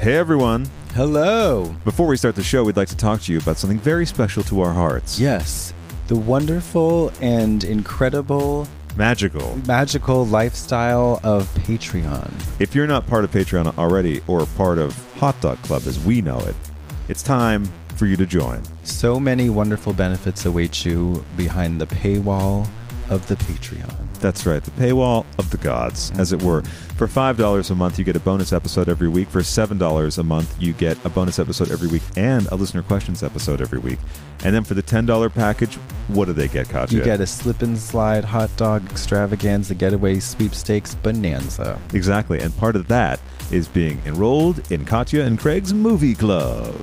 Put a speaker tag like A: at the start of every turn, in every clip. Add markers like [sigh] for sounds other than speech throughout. A: Hey everyone.
B: Hello.
A: Before we start the show, we'd like to talk to you about something very special to our hearts.
B: Yes, the wonderful and incredible
A: Magical.
B: magical lifestyle of Patreon.
A: If you're not part of Patreon already or part of Hot Dog Club as we know it, it's time for you to join.
B: So many wonderful benefits await you behind the paywall of the Patreon.
A: That's right, the paywall of the gods, as it were. For $5 a month, you get a bonus episode every week. For $7 a month, you get a bonus episode every week and a listener questions episode every week. And then for the $10 package, what do they get, Katya?
B: You get a slip and slide hot dog extravaganza getaway sweepstakes bonanza.
A: Exactly, and part of that is being enrolled in Katya and Craig's Movie Club.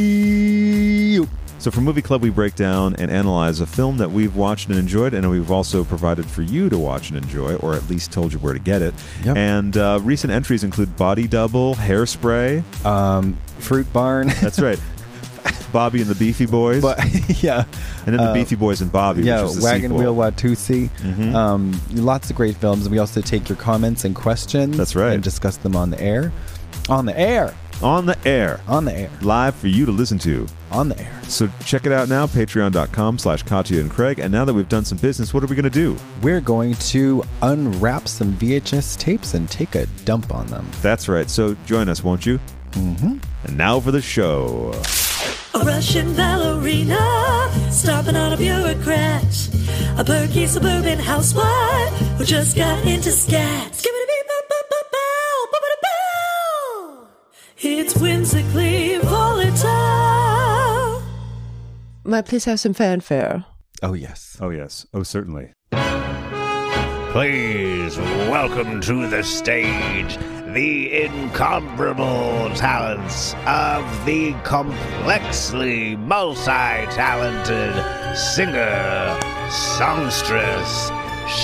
A: Hey! So for Movie Club, we break down and analyze a film that we've watched and enjoyed, and we've also provided for you to watch and enjoy, or at least told you where to get it.
B: Yep.
A: And uh, recent entries include Body Double,
B: [laughs]
A: Hairspray.
B: Um, Fruit
A: [laughs]
B: Barn.
A: That's right. Bobby and the Beefy Boys,
B: but [laughs] yeah.
A: and then the Beefy Boys and Bobby,
B: Yeah,
A: which is the
B: Wagon
A: sequel.
B: Wheel Watusi.
A: Mhm.
B: Um, lots of great films. We also take your comments and questions.
A: That's right.
B: And discuss them on the air. On the air.
A: on the air,
B: On the air.
A: live for you to listen to.
B: On the air.
A: So check it out now, patreon.com slash Katya and Craig. And now that we've done some business, what are we going to do?
B: We're going to unwrap some VHS tapes and take a dump on them.
A: That's right. So join us, won't you? Mm-hmm. And now for the show.
C: A Russian ballerina, stomping on a bureaucrat. A perky suburban housewife who just got into scat. Skibbidi-bee-bop-bop-bop-bow, boppity-bow. It's whimsically volatile.
D: Might please have some fanfare.
B: Oh, yes.
A: Oh, yes. Oh, [laughs] certainly.
E: Please welcome to the stage the incomparable talents of the complexly multi talented singer, songstress,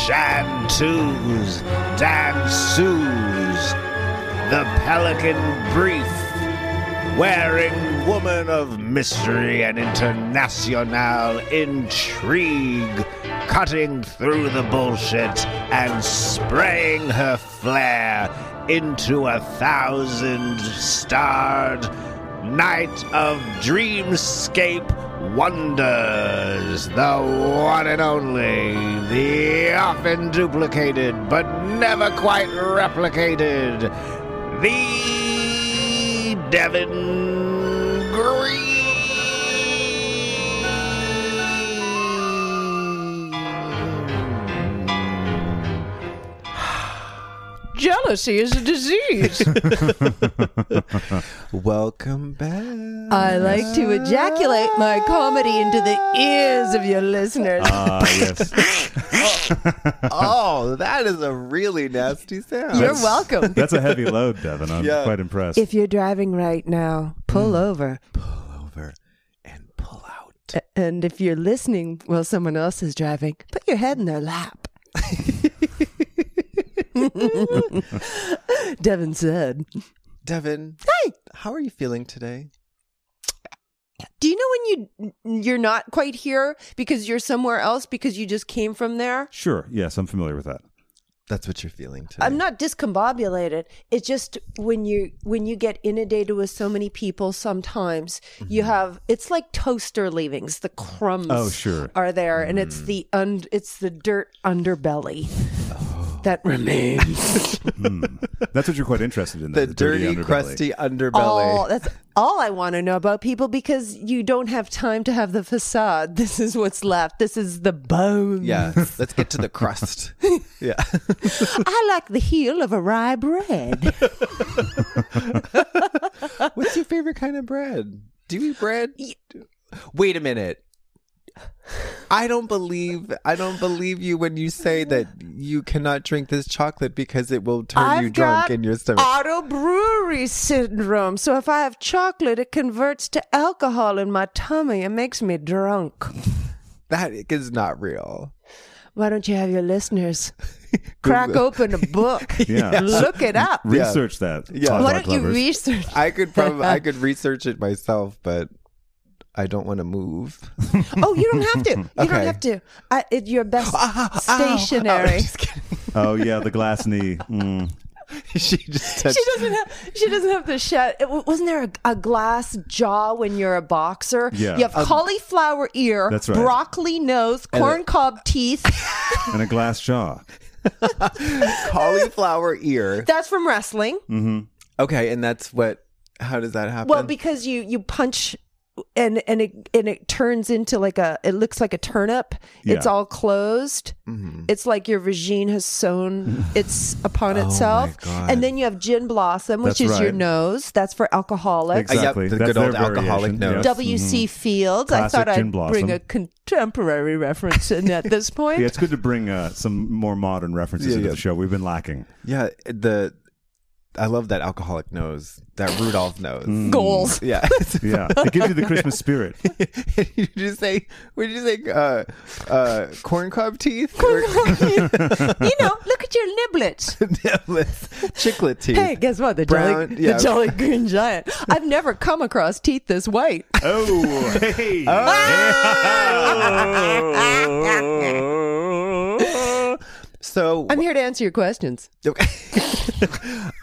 E: chanteuse, danseuse, the pelican brief wearing woman of mystery and international intrigue, cutting through the bullshit and spraying her flair into a thousand starred night of dreamscape wonders. The one and only, the often duplicated but never quite replicated, the Devin Green.
D: Jealousy is a disease.
B: Welcome back.
D: [laughs] I like to ejaculate my comedy into the ears of your listeners.
A: Ah, yes.
B: oh, that is a really nasty sound.
D: You're welcome.
A: That's a heavy load, Devin. I'm
B: Yeah.
A: quite impressed.
D: If you're driving right now, pull over.
B: Over and pull out.
D: A- And if you're listening while someone else is driving, put your head in their lap. [laughs] Devin said,
B: Devin.
D: Hey!
B: How are you feeling today?
D: Do you know when you you're not quite here because you're somewhere else because you just came from there?
A: sure. Yes, I'm familiar with that.
B: That's what you're feeling today.
D: I'm not discombobulated. It's just when you when you get inundated with so many people, sometimes you have it's like toaster leavings. The crumbs
A: Mm-hmm. Oh, sure. Mm.
D: are there, and it's the un, it's the dirt underbelly
A: Oh.
D: that
A: [laughs]
D: remains.
A: That's what you're quite interested in.
B: the,
A: though,
B: dirty,
A: underbelly.
B: crusty underbelly.
D: all that's all I want to know about people because you don't have time to have the facade. This is what's left. This is the bone.
B: Yeah, let's get to the crust. yeah.
D: I like the heel of a rye bread.
B: What's your favorite kind of bread? Do you eat bread? Wait a minute.
F: I don't believe I don't believe you when you say that you cannot drink this chocolate because it will turn you drunk in your stomach.
D: auto brewery syndrome. So if I have chocolate, it converts to alcohol in my tummy and makes me drunk.
F: that is not real.
D: Why don't you have your
F: [laughs]
D: listeners crack open a book?
A: Yeah.
D: [laughs] Look it up.
A: Research that.
F: Yeah.
A: Hot
D: Why
A: dog
D: don't you
A: lovers.
D: research?
F: I could probably I could research it myself, but I don't want to move.
D: [laughs] Oh, you don't have to.
F: [laughs]
D: You
F: Okay. Oh,
D: don't have to. I, it, your best
F: [laughs]
D: stationary. [laughs]
A: Oh yeah, the glass knee. Mm.
F: she just touched.
D: she doesn't have. She doesn't have the shed. It, wasn't there a, a glass jaw when you're a boxer?
A: Yeah.
D: You have
F: Um,
D: cauliflower ear,
A: That's right.
D: broccoli nose, corn cob teeth.
A: and a glass
D: [laughs]
A: jaw.
F: Uh, cauliflower ear.
D: That's from wrestling.
F: Okay, and that's what. How does that happen?
D: Well, because you you punch and and it and it turns into like a it looks like a turnip. It's
A: Yeah. Mm-hmm.
D: all closed. It's like your vagine
A: [sighs]
D: has sewn its upon itself.
F: God.
D: And then you have gin blossom, which
A: Oh That's
D: is your
A: right.
D: nose. That's for alcoholics.
F: yep,
A: Exactly.
F: the
A: That's
F: good old
A: their variation.
F: alcoholic note.
A: Yes.
D: W.C. Fields. I
A: Classic
D: thought
A: gin
D: I'd
A: blossom.
D: bring a contemporary reference in at
A: [laughs]
D: this point.
A: Yeah, it's good to bring uh, some more modern references
F: Yeah,
A: into
F: yeah.
A: the show. We've been lacking.
F: yeah, the I love that alcoholic nose, that Rudolph nose.
D: Hmm.
A: [laughs]
D: Goals.
F: Yeah, [laughs]
A: Yeah, it gives you the Christmas spirit.
F: you just say, what did you say? Uh, uh, corn cob
D: [laughs]
F: teeth, Or-
D: you know, look at your niblets.
F: niblets, chiclet teeth.
D: Hey, guess what? The
F: Brown-
D: jolly,
F: yeah.
D: the
F: [laughs]
D: jolly green giant. I've never come across teeth this white.
A: Oh, hey.
F: so
D: I'm here to answer your questions.
F: Okay. [laughs]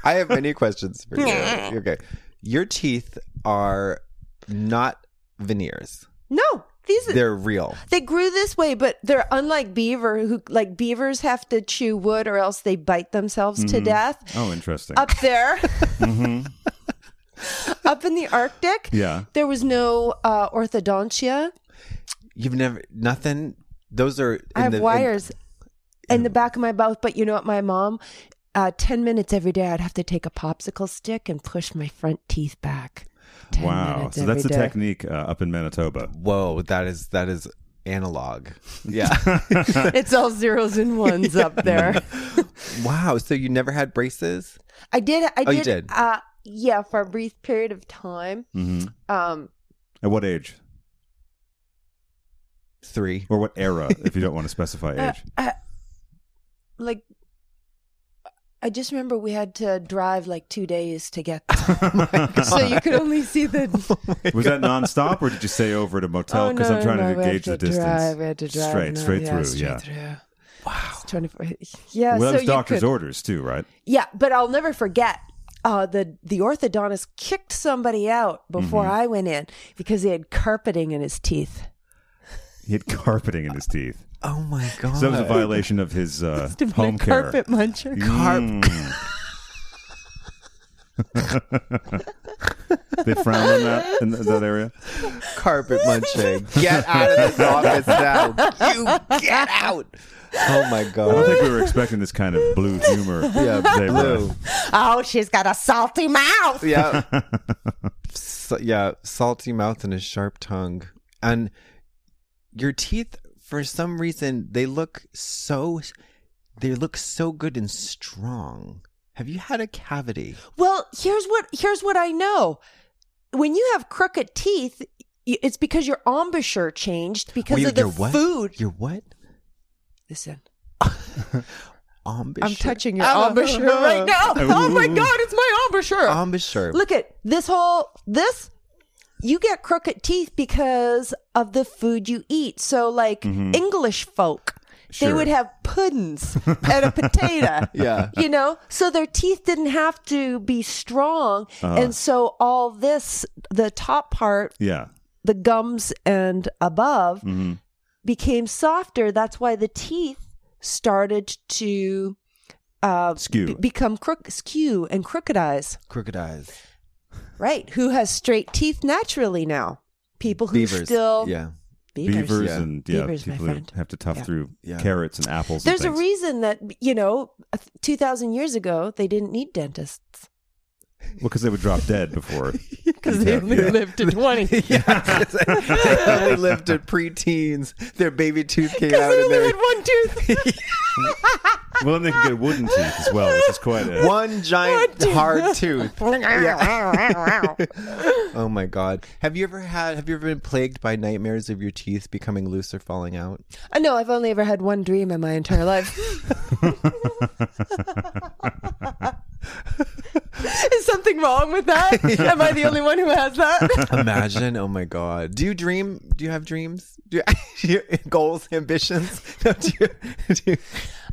F: I have many questions
D: [laughs]
F: for you. Okay. Your teeth are not veneers.
D: No, these are
F: They're real.
D: they grew this way, but they're unlike beaver who like beavers have to chew wood or else they bite themselves to
F: Mm-hmm.
D: death.
A: Oh, interesting.
D: Up
F: [laughs]
D: there. [laughs] Up in the Arctic,
A: Yeah.
D: there was no uh, orthodontia.
F: You've never nothing. Those are in
D: I have
F: the, in-
D: wires in, the back of my mouth, but you know what? My mom, uh, 10 minutes every day, I'd have to take a popsicle stick and push my front teeth back. 10
A: Wow.
D: minutes
A: So that's a
D: every day.
A: technique uh, up in Manitoba.
F: whoa, that is that is analog. [laughs] Yeah.
D: [laughs] It's all zeros and ones
F: [laughs]
D: up there.
F: wow. So you never had braces?
D: I did. I
F: Oh,
D: did.
F: you did.
D: Uh, yeah, for a brief period of time.
A: Mhm.
D: Um,
A: At what age?
F: Three.
A: Or what era, if you don't want to specify
D: [laughs] uh,
A: age?
D: uh, like, I just remember we had to drive like two days to get
F: [laughs]
D: there. [laughs]
F: Oh
D: so you could only see the
A: Was that nonstop, or did you stay over at a motel?
D: Oh,
A: Because
D: no,
A: I'm trying
D: no, we
A: to
D: had
A: gauge the
D: to
A: distance.
D: drive, we had to drive,
A: Straight,
D: no,
A: straight
D: yeah,
A: through.
D: straight
A: yeah.
D: through. Wow. 24. Yeah.
A: Well, that
D: so
A: was
D: you
A: doctor's
D: could-
A: orders too, right?
D: Yeah, but I'll never forget. Uh, the the orthodontist kicked somebody out
A: Mm-hmm.
D: before I went in because he had carpeting in his teeth.
A: He had carpeting in his teeth.
F: Oh my god.
A: So that was a violation of his uh, home care.
D: carpet muncher.
F: Mm.
A: Mm. [laughs] they frown on that in th- that area.
F: [laughs] carpet munching. Get out of this office now. You get out. Oh my
A: I
F: god.
A: don't think we were expecting this kind of blue humor.
F: [laughs] yeah,
A: They were.
F: blue.
D: Oh, she's got a salty
A: [laughs]
D: mouth.
F: yeah. S yeah, salty mouth and a sharp tongue. And your teeth for some reason they look so they look so good and strong. Have you had a cavity?
D: Well, here's what here's what I know. When you have crooked teeth, y- it's because your embouchure changed because
F: Wait,
D: of the
F: your what?
D: food.
F: Your what?
D: Listen,
F: Embouchure.
D: I'm touching your
F: Oh,
D: embouchure right now. Oh my
A: Ooh.
D: god, it's my embouchure.
F: Embouchure.
D: Look at this whole this. You get crooked teeth because of the food you eat. So, like English folk, they
A: Sure.
D: would have puddings and a potato.
F: Yeah.
D: you know, so their teeth didn't have to be strong, and so all this, the top part,
A: Yeah.
D: the gums and above,
A: Mhm.
D: became softer. That's why the teeth started to uh,
A: Skew.
D: b- become crook, skew, and crooked eyes.
F: Crooked eyes.
D: Right. Who has straight teeth naturally now? People who
F: Beavers.
D: still [laughs]
F: Yeah. [laughs]
D: beavers.
A: Beavers,
F: Yeah.
A: and yeah,
D: Beavers, my
A: people who
D: friend.
A: have to tough
D: Yeah.
A: through
F: Yeah.
A: carrots and apples.
D: There's a
A: and things. [laughs]
D: reason that you know, two thousand years ago they didn't need dentists.
A: because they would drop dead before.
D: [laughs]
C: because they
A: Yeah,
C: only
A: yeah. [laughs]
C: lived to 20.
F: Yeah, they only lived at preteens. Their baby tooth came out,
C: They
F: and
C: only
F: their
C: had
A: [laughs]
C: one tooth.
G: Well, then they can get a wooden tooth as well, which is quite a.
F: one giant hard
D: [laughs]
F: tooth. Yeah. oh my god! Have you ever had? Have you ever been plagued by nightmares of your teeth becoming loose or falling out?
D: I know I've only ever had one dream in my
A: [laughs]
D: entire life. [laughs]
C: Is something wrong
A: [laughs]
C: with that? Am I the only one who has that?
F: Imagine, oh my god! Do you dream? Do you have dreams? Do you, do you- [laughs] goals, ambitions? [laughs] No, do you, do you,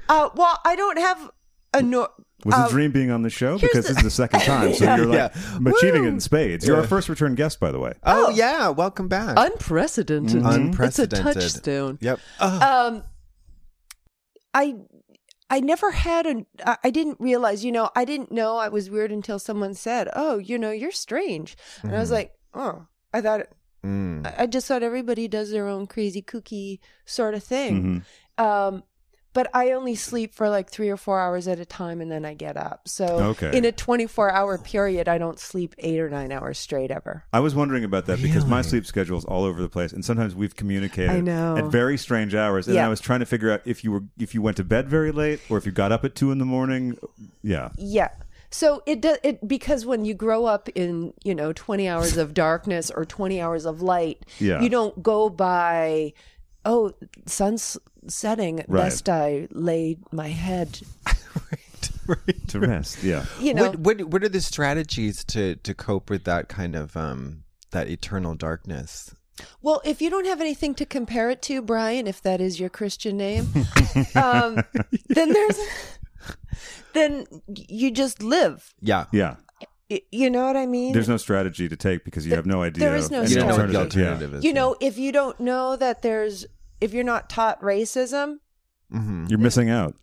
D: Uh, well, I don't have a no.
G: Was
D: Uh,
G: the dream being on the show? Because
D: the-
G: this is the second time,
D: [laughs]
G: so you're like achieving it in spades. You're our first return guest, by the way.
F: oh, yeah, welcome back.
D: Oh.
C: Unprecedented.
F: Mm-hmm. Unprecedented. Oh.
C: It's a touchstone.
F: Yep.
D: Um, I I never had an. I I didn't realize. You know, I didn't know I was weird until someone said, "Oh, you know, you're strange," and I was like, "Oh." I thought
F: Mm-hmm. Mm.
D: I I just thought everybody does their own crazy kooky sort of thing.
F: Mm-hmm.
D: Um, but I only sleep for like three or four hours at a time, and then I get up. So
G: Okay.
D: in a twenty-four hour period, I don't sleep eight or nine hours straight ever.
G: I was wondering about that because my sleep schedule is all over the place, and sometimes we've communicated
D: I know.
G: at very strange hours. And
D: Yeah.
G: I was trying to figure out if you were if you went to bed very late or if you got up at two in the morning. Yeah,
D: Yeah. So it does it because when you grow up in you know twenty hours of darkness or twenty hours of light,
G: Yeah.
D: you don't go by, oh, sun's setting.
G: Right.
D: Best I laid my head.
G: to rest. Yeah,
D: You know,
F: what, what what are the strategies to to cope with that kind of um that eternal darkness?
D: Well, if you don't have anything to compare it to, Brian, if that is your Christian
G: [laughs]
D: name, um, then there's then you just live.
F: Yeah.
G: yeah.
D: Y- You know what I mean?
G: There's no strategy to take because you have no idea.
D: there is no
G: any
F: You don't know what the
D: Alternative,
F: alternative is.
D: you know, if you don't know that there's if you're not taught racism,
G: Yeah. You're missing out.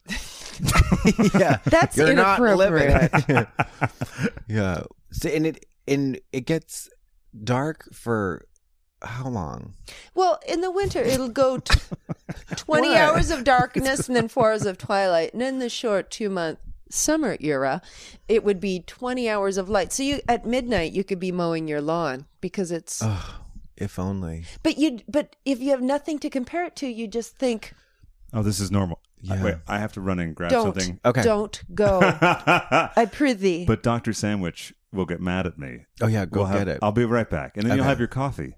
F: yeah.
D: that's
F: You're not
D: inappropriate.
F: living. [laughs] yeah. So, and it and it gets dark for how long?
D: well, in the winter it'll go
F: [laughs]
D: t- 20
F: Why?
D: hours of darkness and then 4 hours of twilight, and in the short 2 month summer era, it would be 20 hours of light. So you at midnight you could be mowing your lawn because it's
F: If only.
D: But you, but if you have nothing to compare it to, you just think,
G: Oh, this is normal.
F: Yeah.
G: Wait, I have to run and grab
D: don't,
G: something. [laughs]
F: Okay.
D: don't
F: [laughs]
D: go. I prithee.
G: But Doctor Sandwich will get mad at me.
F: Oh yeah, go
G: We'll have-
F: get it.
G: I'll be right back, and then you'll
F: Okay.
G: have your coffee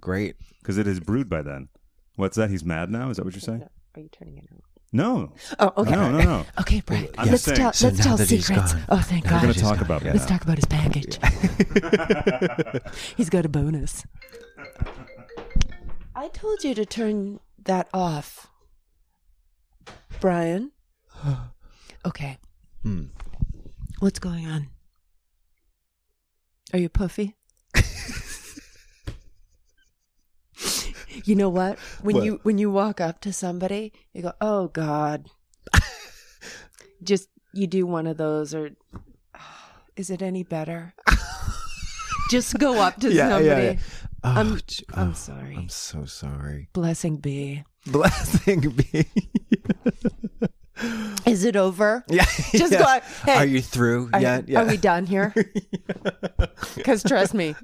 F: Great.
G: because it is brewed by then. What's that? He's mad now. Is that what you're saying?
D: Are you turning it on?
G: No.
D: Oh, okay.
G: No, no, no.
C: Okay, Brett.
G: I'm
C: let's
G: just saying.
C: tell,
F: So
C: let's
F: now
C: tell
F: that he's
C: secrets.
F: gone-
C: Oh, thank
F: now that
C: God.
G: We're going to
F: She's
G: talk
F: gone.
G: about
F: Yeah.
G: that.
C: Let's talk about his
F: [laughs]
C: package. he's got a bonus.
D: I told you to turn that off,
F: [gasps]
D: Brian.
C: Okay.
F: Hmm.
C: What's going on?
D: Are you puffy? you know what? When
F: What?
D: you when you walk up to somebody, you go, "Oh God," just you do one of those, or is it any better? just go up to
F: Yeah, yeah,
D: somebody.
F: yeah. Oh,
D: I'm-
F: j-
D: I'm
F: oh,
D: sorry.
F: I'm so sorry.
D: Blessing be.
F: [laughs] Blessing be.
D: Is it over?
F: yeah.
D: Just go out, hey.
F: Are you through
D: Are,
F: yet? Yeah.
D: are we done
F: [laughs]
D: here? Because trust me,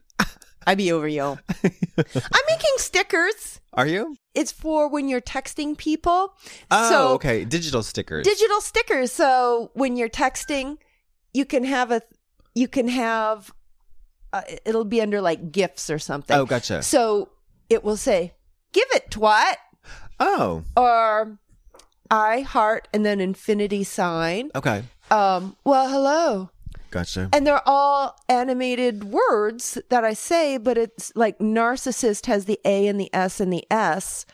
D: I be over you. [laughs] I'm making stickers.
F: Are you?
D: It's for when you're texting people.
F: Oh,
D: so
F: okay. Digital stickers.
D: digital stickers. So when you're texting, you can have a you can have uh, it'll be under like gifts or something.
F: Oh, gotcha.
D: So it will say, "Give it twat,"
F: oh,
D: or "I heart," and then infinity sign.
F: okay.
D: Um, well, hello.
F: Gotcha.
D: and they're all animated words that I say, but it's like narcissist has the A and the S and the S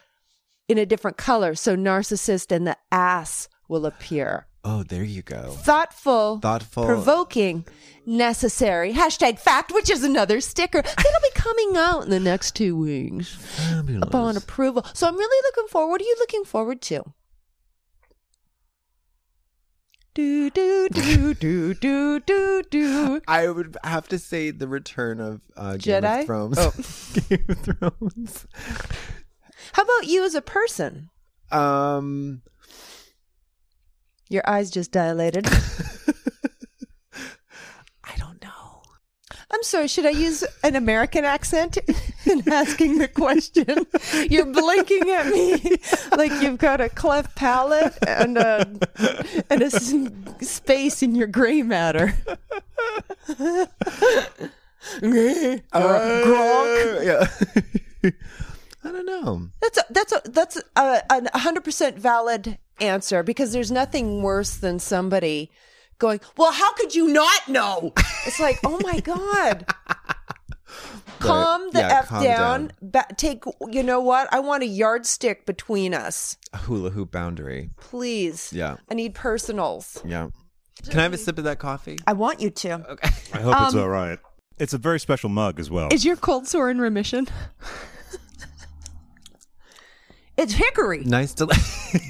D: in a different color. So narcissist and the ass will appear.
F: oh, there you go.
D: Thoughtful,
F: Thoughtful.
D: provoking, necessary. Hashtag fact, which is another sticker that'll be coming out in the next two weeks upon
F: Fabulous.
D: approval. So I'm really looking forward. What are you looking forward to? Do do do do do do do.
F: I would have to say the return of uh, Game
D: Jedi? Oh.
F: of Thrones. [laughs] Game of Thrones.
D: How about you as a person?
F: Um,
D: Your eyes just dilated.
F: I don't know.
D: I'm sorry, should I use an American accent [laughs] in asking the question? You're blinking at me [laughs] like you've got a cleft palate and a, and a s- space in your gray matter. [laughs]
F: Uh, Gronk. Yeah. [laughs] I don't know.
D: That's a, that's a, that's a, an 100% valid answer because there's nothing worse than somebody going, "Well, how could you not know?" It's like, "Oh
F: [laughs]
D: my god." calm the
F: yeah,
D: f
F: calm
D: down. Ba- take you know what? I want a yardstick between us.
F: A hula hoop boundary.
D: Please.
F: Yeah.
D: I need personals.
F: Yeah. Can I have a sip of that coffee?
D: I want you to.
B: Uh,
A: I hope
D: Um,
A: it's all right. It's a very special mug as well.
B: Is your cold sore in remission?
D: It's hickory.
F: Nice, [laughs] deli-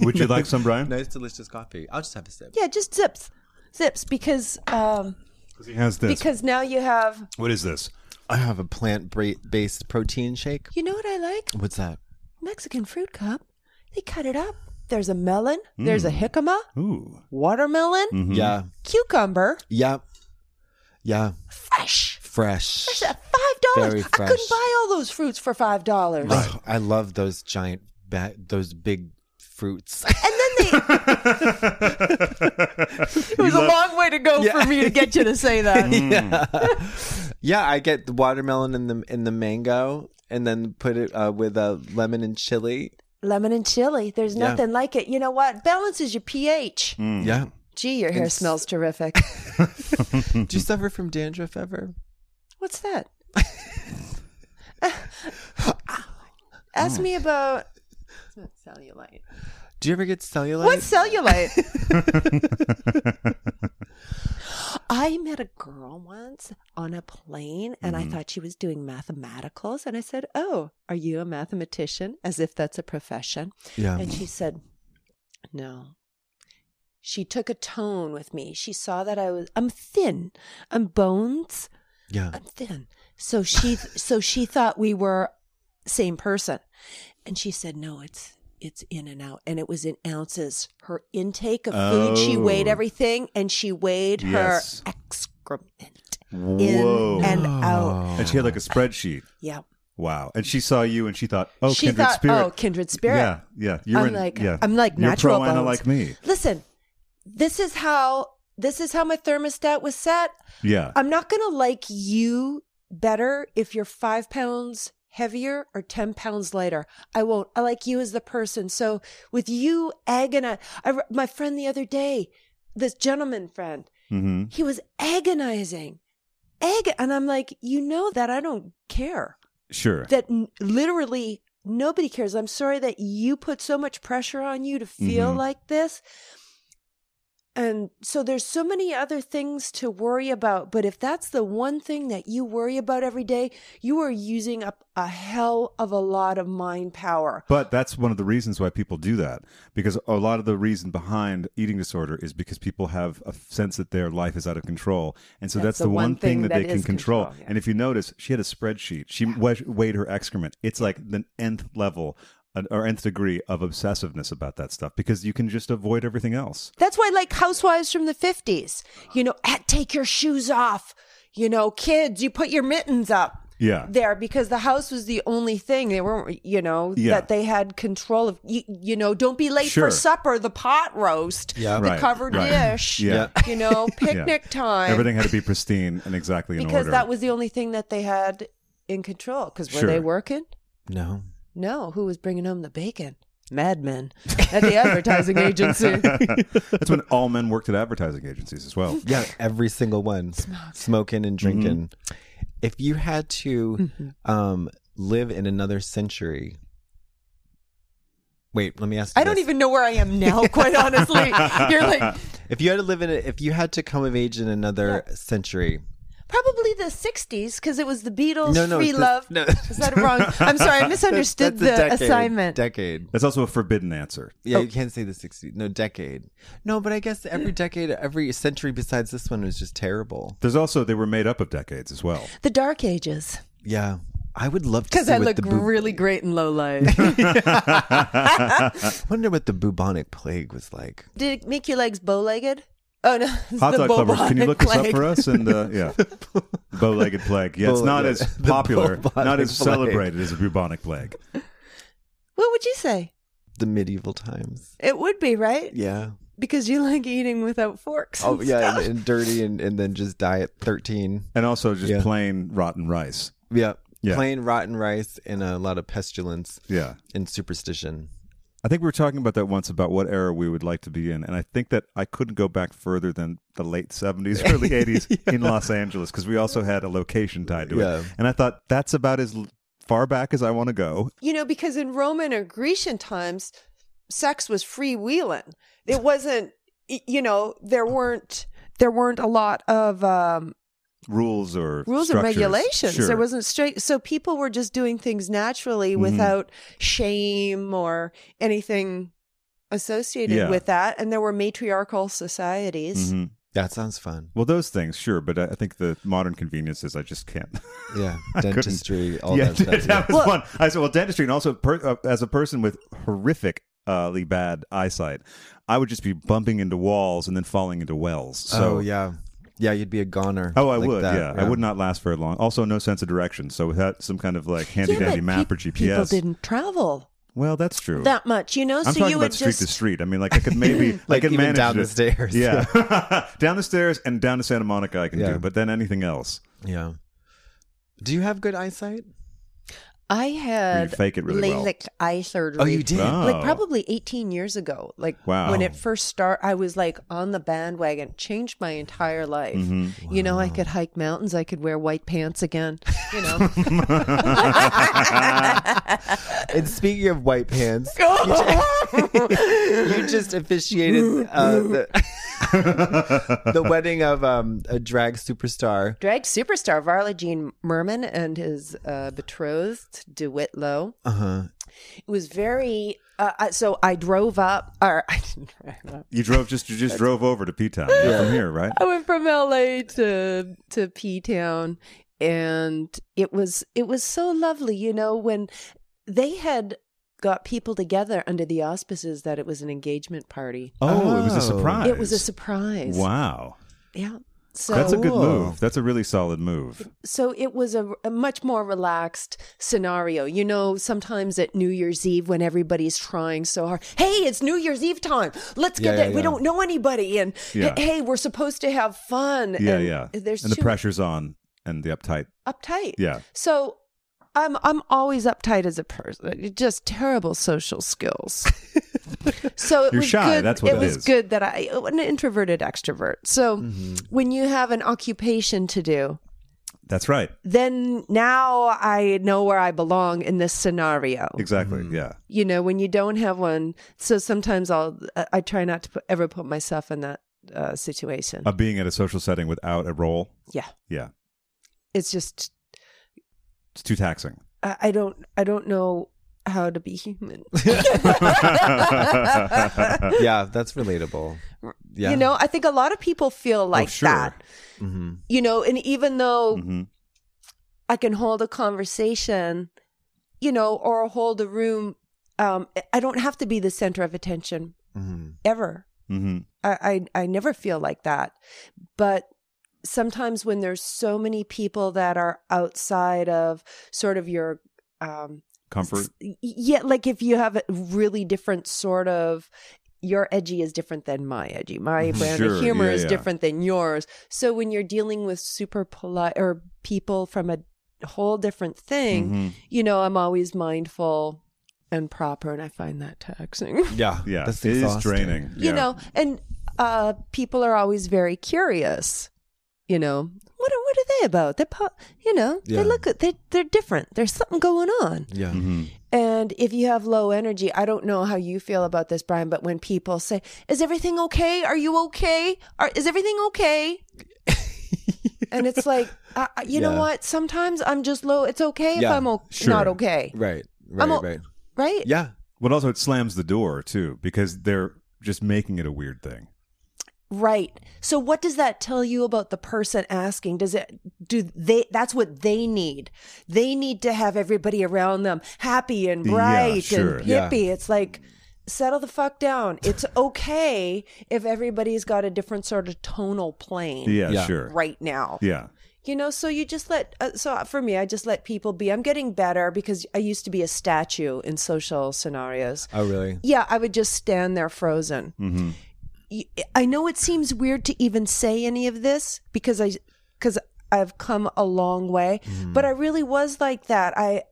A: Would you like some, Brian?
F: nice, delicious coffee. I'll just have a sip.
D: Yeah, just zips. Zips because um
A: He has this.
D: because now you have
A: what is this?
F: I have a plant bra- based protein shake.
D: you know what I like?
F: What's that?
D: Mexican fruit cup. They cut it up. There's a melon, there's
F: Mm.
D: a jicama,
A: Ooh.
D: watermelon,
F: Yeah.
D: cucumber,
F: Yeah. Yeah.
D: fresh.
F: Fresh.
D: It's at five
F: Very
D: dollars. I
F: fresh.
D: couldn't buy all those fruits for five dollars.
F: Oh, I love those giant, ba- those big fruits. [laughs]
D: And then they It was a long way to go for me to get you to say
F: [laughs]
D: that.
F: Mm. yeah, I get the watermelon and the and the mango, and then put it uh, with a lemon and chili.
D: Lemon and chili. There's
F: Yeah.
D: nothing like it. You know what? Balances your pH.
F: Yeah.
D: Gee, your hair
F: It's-
D: smells
F: [laughs]
D: terrific.
F: Do you suffer from dandruff ever?
D: What's
F: [laughs]
D: that? Ask me about
F: Mm.
D: cellulite.
F: Do you ever get cellulite?
D: What cellulite? [laughs] I met a girl once on a plane and I thought she was doing mathematicals. And I said, Oh, are you a mathematician? As if that's a profession.
F: Yeah.
D: And she said, No. She took a tone with me. She saw that I was, I'm thin, I'm bones,
F: Yeah.
D: I'm thin. So she, so she thought we were same person. And she said, No, it's, it's in and out. And it was in ounces. Her intake of food, she weighed
A: Oh.
D: everything and she weighed
A: Yes.
D: her excrement in
A: Whoa.
D: and out.
A: And she had like a spreadsheet.
D: Yeah.
A: Wow. And she saw you and she thought, oh,
D: she
A: kindred
D: thought,
A: spirit.
D: Oh, kindred spirit.
A: Yeah, yeah. You're
D: I'm
A: in-
D: like-
A: yeah.
D: I'm like
A: You're
D: natural
A: pro Anna
D: bones.
A: like me.
D: Listen, this is how this is how my thermostat was set.
A: Yeah.
D: I'm not gonna like you better if you're five pounds heavier or ten pounds lighter. I won't. I like you as the person. So with you agonize. I, re- my friend the other day, this gentleman friend,
A: mm-hmm.
D: he was agonizing, Ag- and I'm like, you know that I don't care
A: Sure.
D: that n- literally nobody cares. I'm sorry that you put so much pressure on you to feel
A: Mhm.
D: like this. And so there's so many other things to worry about, but if that's the one thing that you worry about every day, you are using up a hell of a lot of mind power.
A: But that's one of the reasons why people do that because a lot of the reason behind eating disorder is because people have a sense that their life is out of control. And so that's, the, one thing, that, they can
D: is
A: control.
D: control, yeah.
A: And if you notice, she had a spreadsheet. She we- weighed her excrement. It's like the nth level uh, or nth degree of obsessiveness about that stuff because you can just avoid everything else.
D: That's why I like housewives from the 50s, you know, "Ah, take your shoes off. You know, kids, you put your mittens up.
A: Yeah.
D: there because the house was the only thing they weren't you know
A: Yeah.
D: that they had control of you, you know don't be late
A: Sure.
D: for supper the pot roast
F: Yeah.
D: the
A: Right,
D: covered
A: right.
D: dish
A: Yeah.
D: you know picnic
A: [laughs] Yeah.
D: time
A: Everything had to
D: [laughs]
A: be pristine and exactly in
D: because
A: order.
D: that was the only thing that they had in control because were
A: Sure.
D: they working
F: No.
D: no who was bringing home the bacon Mad Men
A: [laughs]
D: at the advertising agency
A: That's when all men worked at advertising agencies as
D: [laughs]
A: well.
F: Yeah, every single one. Smoking and drinking. If you had to um, live in another century. Wait, let me ask you
D: I don't
F: this.
D: even know where I am now quite honestly you're like
F: If you had to live in a, if you had to come of age in another century.
D: probably the 60s because it was the Beatles
F: No, no,
D: free
F: this-
D: love
F: no.
D: is that a wrong I'm sorry I misunderstood
F: That's- that's a
D: the
F: decade,
D: assignment Oh.
F: Decade.
A: That's also a forbidden answer.
F: Yeah, you can't say the 60s. No, decade. No, but I guess every decade, every century besides this one was
D: [laughs]
F: just terrible.
A: There's also they were made up of decades as well.
D: The Dark Ages.
F: Yeah. I would love to
B: Because
F: see
B: I
F: what
B: look
F: the bu-
B: really great in low light.
F: wonder what the bubonic plague was like.
D: Did it make your legs bow legged? Oh no, [laughs] it's
A: Hot
D: the
A: dog clovers. Can you
D: bubonic
A: look this up
D: plague.
A: for us? And uh,
D: [laughs]
A: yeah, bow-legged plague. Yeah, it's not as
F: Bow-legged- the
A: popular, not
F: bubonic
A: as celebrated as a bubonic plague.
D: What would you say?
F: the medieval times.
D: [laughs] It would be right
F: Yeah.
D: because you like eating without forks.
F: Oh yeah, and, and dirty and, and then just die at thirteen.
A: And also just
F: Yeah.
A: plain rotten rice.
F: Yeah.
A: Yeah.
F: Plain rotten rice and a lot of pestilence
A: Yeah.
F: and superstition.
A: I think we were talking about that once about what era we would like to be in, and I think that I couldn't go back further than the late
D: [laughs]
A: seventies, early eighties in Los Angeles because we also had a location tied to
F: Yeah.
A: it, and I thought that's about as l- far back as I want to go.
D: you know, because in Roman or Grecian times, sex was freewheeling. It wasn't, y- you know, there weren't there weren't a lot of um,
A: Rules or
D: rules and
A: structures.
D: regulations.
A: Sure. Mm-hmm.
D: There wasn't straight, so people were just doing things naturally without shame or anything associated
A: Yeah.
D: with that. And there were matriarchal societies.
A: Mhm.
F: That sounds fun.
A: Well, those things, sure, but I I think the modern conveniences, I just can't.
F: Yeah.
A: couldn't-
F: Dentistry, all
A: [laughs] yeah,
F: that stuff. yeah.
A: was fun. I said, well, dentistry, and also per, uh, as a person with horrifically uh, bad eyesight, I would just be bumping into walls and then falling into wells. [laughs] So
F: oh yeah. Yeah, you'd be a goner.
A: Oh, I
F: like
A: would.
F: that,
A: yeah. I would not last very long. Also, no sense of direction. So without some kind of like handy
D: Yeah,
A: dandy
D: but
A: map
D: pe-
A: or GPS,
D: People didn't travel
A: well, that's true.
D: that much, you know.
A: I'm
D: so
A: talking
D: you
A: about
D: would
A: street
D: just
A: to street. I mean, like I could maybe I
F: Like,
A: could
F: even
A: manage
F: down the
A: it.
F: stairs.
A: Yeah, [laughs] down the stairs and down to Santa Monica, I can
F: Yeah.
A: do. But then anything else,
F: Yeah. Do you have good eyesight?
D: I
A: where you
D: had
A: fake it really well.
D: LASIK eye surgery.
F: Oh, you did.
A: Oh.
D: Like probably 18 years ago. Like
A: Wow.
D: when it first started, I was like on the bandwagon, changed my entire life.
A: Mm-hmm.
D: You know, I could hike mountains. I could wear white
A: [laughs]
D: pants again. You know,
F: And speaking of white pants,
D: [laughs]
F: you
A: Oh.
F: just, you just [laughs] officiated
G: [laughs]
F: uh, the, the wedding of um, a drag superstar.
D: drag superstar Varla Jean Merman and his uh, betrothed DeWitt Lowe.
F: Uh huh.
D: It was very. Uh, I- so I drove up, or [laughs] I didn't drive up.
A: You drove just you just drove over to P Town You're from here, right?
D: I went from LA to to P Town and it was it was so lovely, you know, when they had got people together under the auspices that it was an engagement party.
A: Oh, it was a
F: Oh.
A: surprise.
D: It was a surprise.
A: Wow,
D: Yeah. So
A: that's a good
F: Cool.
A: move. That's a really solid move.
D: so it was a, a much more relaxed scenario. You know, sometimes at New Year's Eve when everybody's trying so hard, hey, it's New Year's Eve time. Let's get
F: Yeah,
D: it.
F: yeah,
D: We
F: yeah.
D: don't know anybody and
A: Yeah.
D: hey, we're supposed to have fun.
A: Yeah,
D: and
A: yeah.
D: There's
A: and the
D: too
A: pressure's on and the uptight.
D: uptight.
A: Yeah.
D: So I'm I'm always uptight as a person. Just terrible
A: [laughs]
D: social skills. so it
A: You're
D: was
A: shy,
D: Good.
A: that's what it
D: was
A: is. Mm-hmm.
D: good that I an introverted extrovert. So when you have an occupation to do,
A: That's right.
D: then now I know where I belong in this scenario.
A: Exactly.
D: Mm.
A: Yeah.
D: You know, when you don't have one, so sometimes I'll I, I try not to put, ever put myself in that uh, situation.
A: Of being at a social setting without a role.
D: yeah,
A: Yeah.
D: it's just
A: It's too taxing.
D: I, I don't I don't know how to be human.
G: Uh.
F: Yeah, that's relatable. Yeah.
D: You know, I think a lot of people feel like
A: sure.
D: that.
F: hmm
D: You know, and even though
A: hmm
D: I can hold a conversation, you know, or hold a room, um, I don't have to be the center of attention
F: hmm
D: ever.
A: hmm
D: I, I I never feel like that. But sometimes when there's so many people that are outside of sort of your um
A: Comfort.
D: y- yeah, like if you have a really different sort of your edgy is different than my
A: [laughs]
D: edgy. My brand
A: Sure,
D: of humor
A: yeah,
D: is
A: yeah.
D: different than yours. So when you're dealing with super polite or people from a whole different thing,
A: Mhm.
D: you know, I'm always mindful and proper and I find that taxing. [laughs]
F: Yeah.
A: Yeah.
F: That's
A: it is
F: exhausting.
A: draining.
D: you
A: Yeah.
D: know and uh people are always very curious you know what are, what are they about they're po- you know
F: Yeah.
D: they look they they're different there's something going on
F: Yeah.
G: Mm-hmm.
A: Mhm.
D: and if you have low energy i don't know how you feel about this brian but when people say is everything okay are you okay are, is everything
F: [laughs]
D: okay and it's like uh, uh, you know
F: Yeah.
D: what sometimes i'm just low it's okay
F: Yeah,
D: if i'm o-
A: sure.
D: not okay
F: Right. Right.
D: I'm all-
F: right.
D: right
F: Yeah.
A: But also, it slams the door too because they're just making it a weird thing.
D: Right. So what does that tell you about the person asking? Does it do they that's what they need. They need to have everybody around them happy and
A: Yeah,
D: bright
A: sure.
D: and
F: Yeah.
D: hippie. It's like settle the fuck down. It's okay if everybody's got a different sort of tonal plane
G: Yeah,
F: Yeah.
G: sure.
D: right now.
G: Yeah.
D: You know, so you just let, uh, so for me, I just let people be. I'm getting better because I used to be a statue in social scenarios.
F: Oh, really?
D: Yeah, I would just stand there frozen.
F: Mm-hmm.
D: Y- I know it seems weird to even say any of this because I because I've come a long way,
F: Mm-hmm.
D: but I really was like that. I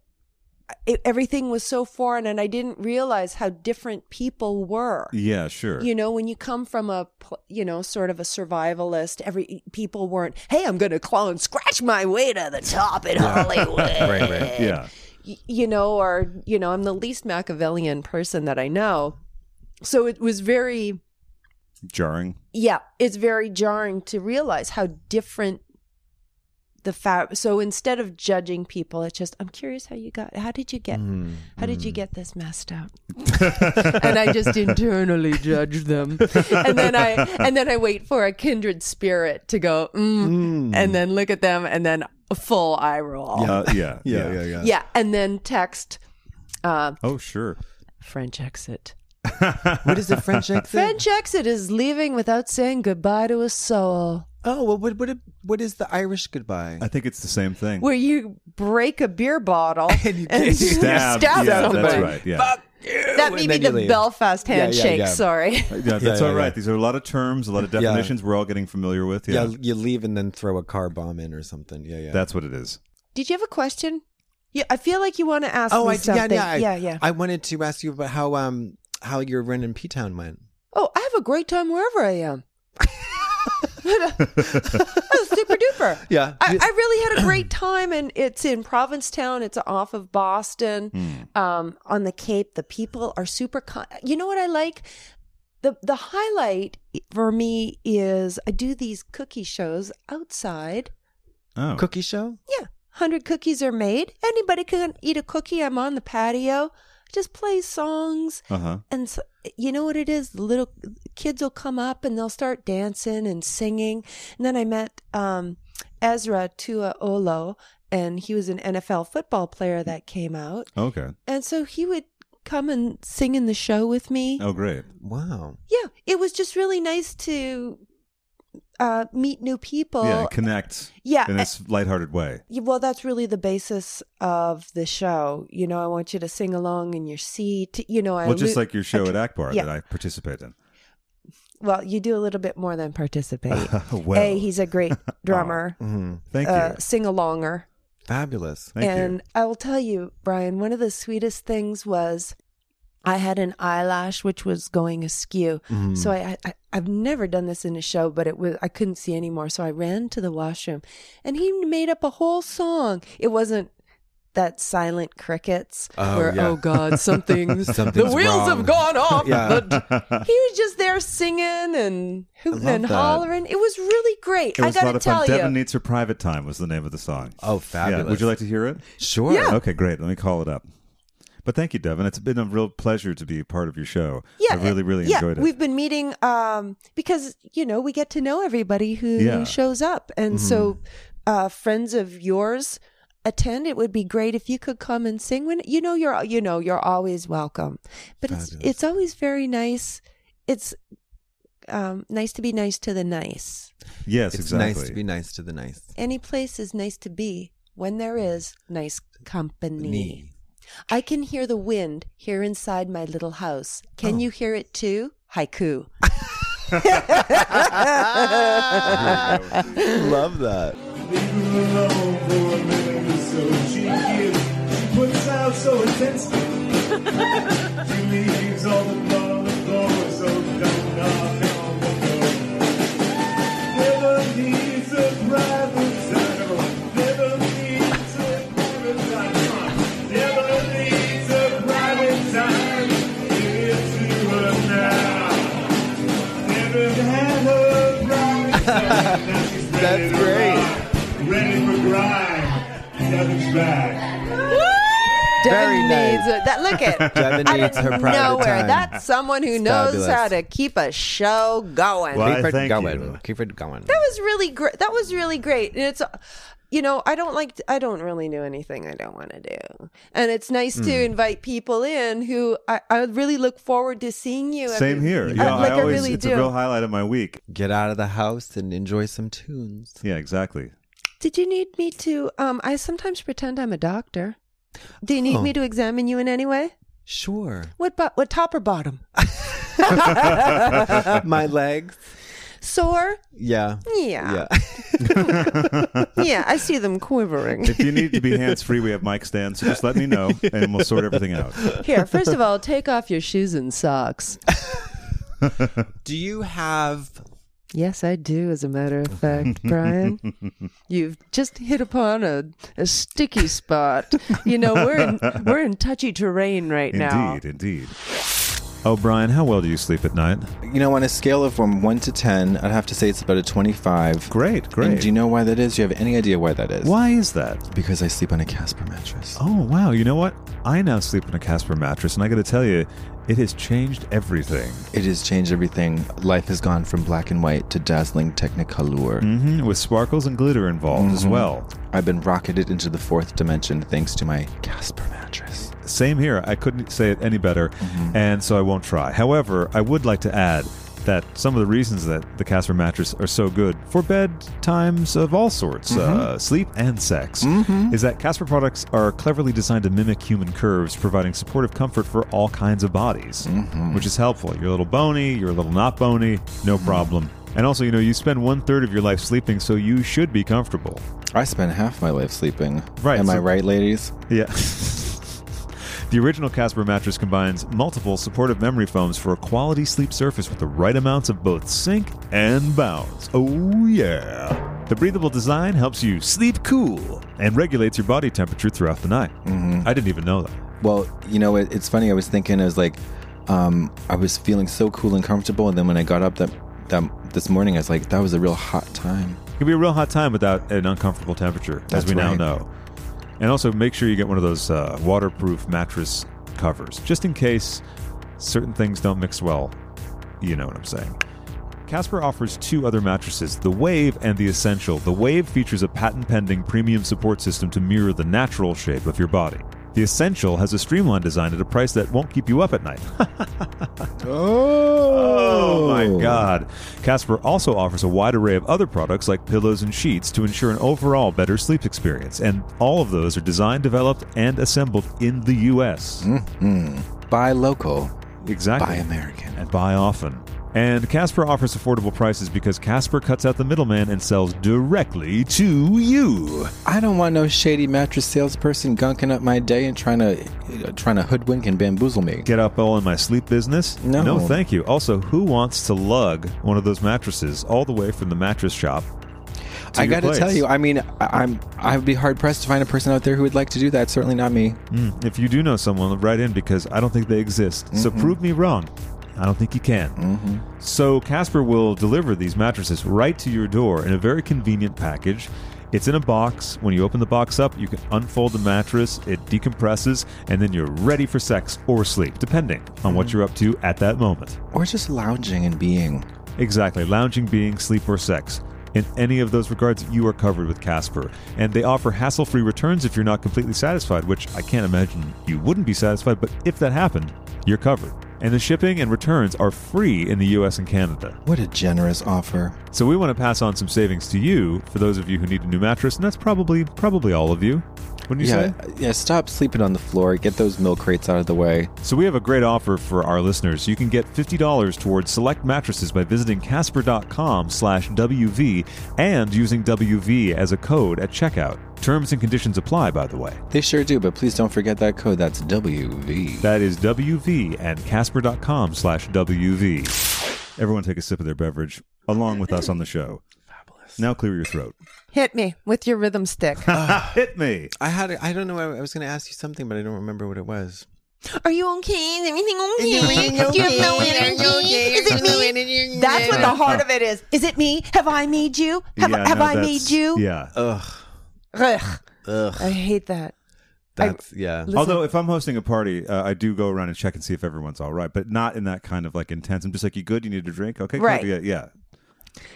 D: it, everything was so foreign, and I didn't realize how different people were.
G: Yeah, sure.
D: You know, when you come from a pl- you know sort of a survivalist, every e, people weren't. Hey, I'm going to clone, scratch my way to the top in
F: [laughs]
D: Hollywood.
F: Right, right.
G: yeah.
D: y- you know, or, you know, I'm the least Machiavellian person that I know. So it was very,
G: Jarring.
D: yeah, it's very jarring to realize how different the fact. So instead of judging people, it's just, I'm curious how you got, how did you get, how did you get this messed up? and I just internally judge them. And then I, and then I wait for a kindred spirit to go, mm, and then look at them and then a full eye roll.
G: Uh, [laughs] yeah,
F: Yeah, yeah, yeah.
D: yeah. And then text, uh,
G: Oh, sure.
D: French exit.
F: What is the French exit?
D: French exit is leaving without saying goodbye to a soul,
F: Oh, well, what, what, what is the Irish goodbye?
G: I think it's the same thing.
D: where you break a beer
F: [laughs]
D: bottle and you, stab,
G: Stabbed. yeah,
D: somebody.
G: that's right. Yeah.
D: That may
F: and
D: be
F: then you
D: the
F: leave.
D: Belfast
F: yeah,
D: handshake.
F: yeah. [laughs]
D: Sorry.
G: Yeah, that's
F: yeah,
G: all right.
F: yeah.
G: These are a lot of terms, a lot of
F: Yeah.
G: definitions we're all getting familiar with.
F: yeah.
G: Yeah.
F: you leave and then throw a car bomb in or something. Yeah, yeah.
G: That's what it is.
D: Did you have a question? Yeah, I feel like you want to ask
F: oh,
D: me
F: I yeah,
D: something.
F: yeah, I,
D: yeah, yeah.
F: I wanted to ask you about how um how your run in P Town went.
D: oh, I have a great time wherever I
F: [laughs]
D: am. [laughs] That's super duper.
F: Yeah.
D: I, I really had a great time, and it's in Provincetown. It's off of Boston, um, on the Cape. The people are super. Con- you know what I like? the The highlight for me is I do these cookie shows outside.
G: Oh.
F: Cookie show?
D: Yeah, hundred cookies are made. Anybody can eat a cookie. I'm on the patio. Just play songs.
G: Uh huh.
D: And so, you know what it is? The little kids will come up and they'll start dancing and singing. And then I met um, Ezra Tuaolo, and he was an NFL football player that came out.
G: Okay.
D: And so he would come and sing in the show with me.
G: Oh, great.
F: Wow.
D: Yeah, it was just really nice to uh, meet new people.
G: yeah, connect.
D: Yeah,
G: In this lighthearted way.
D: Yeah, Well, that's really the basis of the show. You know, I want you to sing along in your seat. You know, I
G: well, just
D: lo-
G: like your show
D: I-
G: at Akbar
D: yeah.
G: that I participate in.
D: Well, you do a little bit more
G: [laughs]
D: than participate.
G: Oh, well. Oh,
D: a, he's
G: [laughs]
D: a great drummer,
F: Mhm.
G: Thank
D: uh,
G: you.
D: sing alonger.
F: Fabulous.
G: Thank
D: and I will tell you, Brian, one of the sweetest things was I had an eyelash which was going askew.
G: Mm-hmm.
D: So I, I I've never done this in a show, but it was I couldn't see anymore. So I ran to the washroom and he made up a whole song. It wasn't that silent crickets
F: Oh,
D: where
F: yeah.
D: oh god
G: [laughs]
D: something's
F: Something's
D: the wheels
F: wrong."
D: have gone off
F: Yeah.
D: The- he was just there singing and hooting
F: love
D: and
F: that.
D: hollering it was really great
G: It was
D: i
G: a
D: gotta
G: lot of
D: tell
G: fun.
D: you
G: Devin Needs Her Private Time was the name of the song.
F: Oh,
G: Yeah.
F: fabulous.
G: Would you like to hear it?
F: Sure.
G: Oh, Okay, great. Let me call it up. But thank you, Devin. It's been a real pleasure to be a part of your show. I really, really
D: yeah,
G: enjoyed it.
D: We've been meeting um, because you know we get to know everybody who
G: Yeah. Mm-hmm.
D: shows up, and so uh, friends of yours attend. It would be great if you could come and sing. When you know you're you know you're always welcome, but it's
F: Fabulous.
D: it's always very nice. It's um, nice to be nice to the nice.
G: yes,
F: It's
G: exactly.
F: nice to be nice to the nice.
D: Any place is nice to be when there is nice company.
F: Knee.
D: I can hear the wind here inside my little house. Can
F: Oh.
D: you hear it too? Haiku.
F: Love that. That's great.
H: Ready for grind. Nothing's back.
F: Very
D: Devin
F: nice.
D: needs a- that. Look at
F: Devin
D: I
F: needs
D: didn't know
F: her private
D: where.
F: time.
D: That's someone who
F: It's
D: knows
F: fabulous.
D: how to keep a show going.
G: Why,
F: Keep it
G: thank
F: going.
G: you.
F: Keep it going.
D: That was really great. That was really great. And it's you know, I don't like, I don't really do anything I don't want to do. And it's nice to invite people in who I, I really look forward to seeing you. every
G: Same here.
D: week.
G: Yeah,
D: like,
G: I always,
D: really
G: it's
D: do.
G: a real highlight of my week.
F: Get out of the house and enjoy some tunes.
G: Yeah, exactly.
D: Did you need me to, um, I sometimes pretend I'm a doctor. Do you need
F: Oh.
D: me to examine you in any way?
F: Sure.
D: What, bo- what top or bottom?
F: [laughs]
D: [laughs]
F: My legs.
D: Sore?
F: Yeah.
D: Yeah.
F: Yeah.
D: [laughs] Yeah, I see them quivering.
G: If you need to be hands free, we have mic stands. Just let me know, and we'll sort everything out.
D: [laughs] Here, first of all, take off your shoes and socks.
F: Do you have
D: Yes, I do, as a matter of [laughs] fact, Brian. You've just hit upon a, a sticky spot. You know, we're in, we're in touchy terrain right now.
G: Indeed, indeed.
A: Oh, Brian, how well do you sleep at night?
B: You know, on a scale of from one to ten, I'd have to say it's about a twenty-five.
A: Great, great.
B: And do you know why that is? Do you have any idea why that is?
A: Why is that?
B: Because I sleep on a Casper mattress.
A: Oh, wow. You know what? I now sleep on a Casper mattress, and I got to tell you, it has changed everything.
B: It has changed everything. Life has gone from black and white to dazzling technicolor.
A: hmm
G: Mm-hmm,
A: with sparkles and glitter involved
F: Mm-hmm.
A: as well.
B: I've been rocketed into the fourth dimension thanks to my Casper mattress.
A: Same here. I couldn't say it any better, and so I won't try. However, I would like to add that some of the reasons that the Casper mattress are so good for bed times of all sorts, uh, sleep and sex, is that Casper products are cleverly designed to mimic human curves, providing supportive comfort for all kinds of bodies, which is helpful. You're a little bony, you're a little not bony, no problem. And also, you know, you spend one third of your life sleeping, so you should be comfortable.
B: I spent half my life sleeping.
A: Right,
B: Am I
A: so-
B: right, ladies?
A: Yeah. [laughs] the original Casper mattress combines multiple supportive memory foams for a quality sleep surface with the right amounts of both sink and bounce. Oh, yeah. The breathable design helps you sleep cool and regulates your body temperature throughout the night. I didn't even know that.
B: Well, you know, it, it's funny. I was thinking, I was like, um, I was feeling so cool and comfortable, and then when I got up that that this morning, I was like, that was a real hot time.
A: It can be a real hot time without an uncomfortable temperature,
B: That's
A: as we
B: right.
A: now know. And also, make sure you get one of those uh, waterproof mattress covers, just in case certain things don't mix well. You know what I'm saying. Casper offers two other mattresses, the Wave and the Essential. The Wave features a patent pending premium support system to mirror the natural shape of your body. The Essential has a streamlined design at a price that won't keep you up at night. Oh my God. Casper also offers a wide array of other products like pillows and sheets to ensure an overall better sleep experience. And all of those are designed, developed, and assembled in the U.S.
B: Hmm. Buy local,
A: Exactly.
B: buy American.
A: And buy often. And Casper offers affordable prices because Casper cuts out the middleman and sells directly to you.
B: I don't want no shady mattress salesperson gunking up my day and trying to trying to hoodwink and bamboozle me.
A: Get up all in my sleep business?
B: No.
A: No, thank you. Also, who wants to lug one of those mattresses all the way from the mattress shop? to
B: I
A: your
B: got to
A: place?
B: tell you, I mean, I, I'm I would be hard pressed to find a person out there who would like to do that. Certainly not me.
A: Mm, if you do know someone, write in because I don't think they exist. So prove me wrong. I don't think you can. So Casper will deliver these mattresses right to your door in a very convenient package. It's in a box. When you open the box up, you can unfold the mattress, it decompresses, and then you're ready for sex or sleep, depending on what you're up to at that moment.
B: Or just lounging and being.
A: Exactly. Lounging, being, sleep, or sex. In any of those regards, you are covered with Casper. And they offer hassle free returns if you're not completely satisfied, which I can't imagine you wouldn't be satisfied, but if that happened, you're covered. And the shipping and returns are free in the US and Canada.
B: What a generous offer.
A: So we want to pass on some savings to you for those of you who need a new mattress, and that's probably probably all of you. Wouldn't you
B: yeah,
A: say?
B: yeah. Stop sleeping on the floor. Get those milk crates out of the way.
A: So we have a great offer for our listeners. You can get $50 towards select mattresses by visiting casper.com slash WV and using WV as a code at checkout. Terms and conditions apply, by the way.
B: They sure do, but please don't forget that code. That's WV.
A: That is WV and casper.com slash WV.
G: Everyone take a sip of their beverage along with us on the show. Fabulous. Now clear your throat.
D: Hit me with your rhythm [laughs] stick.
G: Hit me.
F: I had I don't know I was going to ask you something but I don't remember what it was.
D: Are you okay? Is everything okay? Do you have no energy? Is it me? That's what the heart of it is. Is it me? Have I made you? Have,
G: Yeah,
D: have
G: no,
D: I
G: that's-
D: made you?
G: Yeah.
D: Ugh.
F: Ugh.
D: I hate that.
F: That's yeah.
G: Although if I'm hosting a party, uh, I do go around and check and see if everyone's all right, but not in that kind of like intense. I'm just like, you good? You need a drink? Okay, good.
D: Right.
G: Yeah, yeah.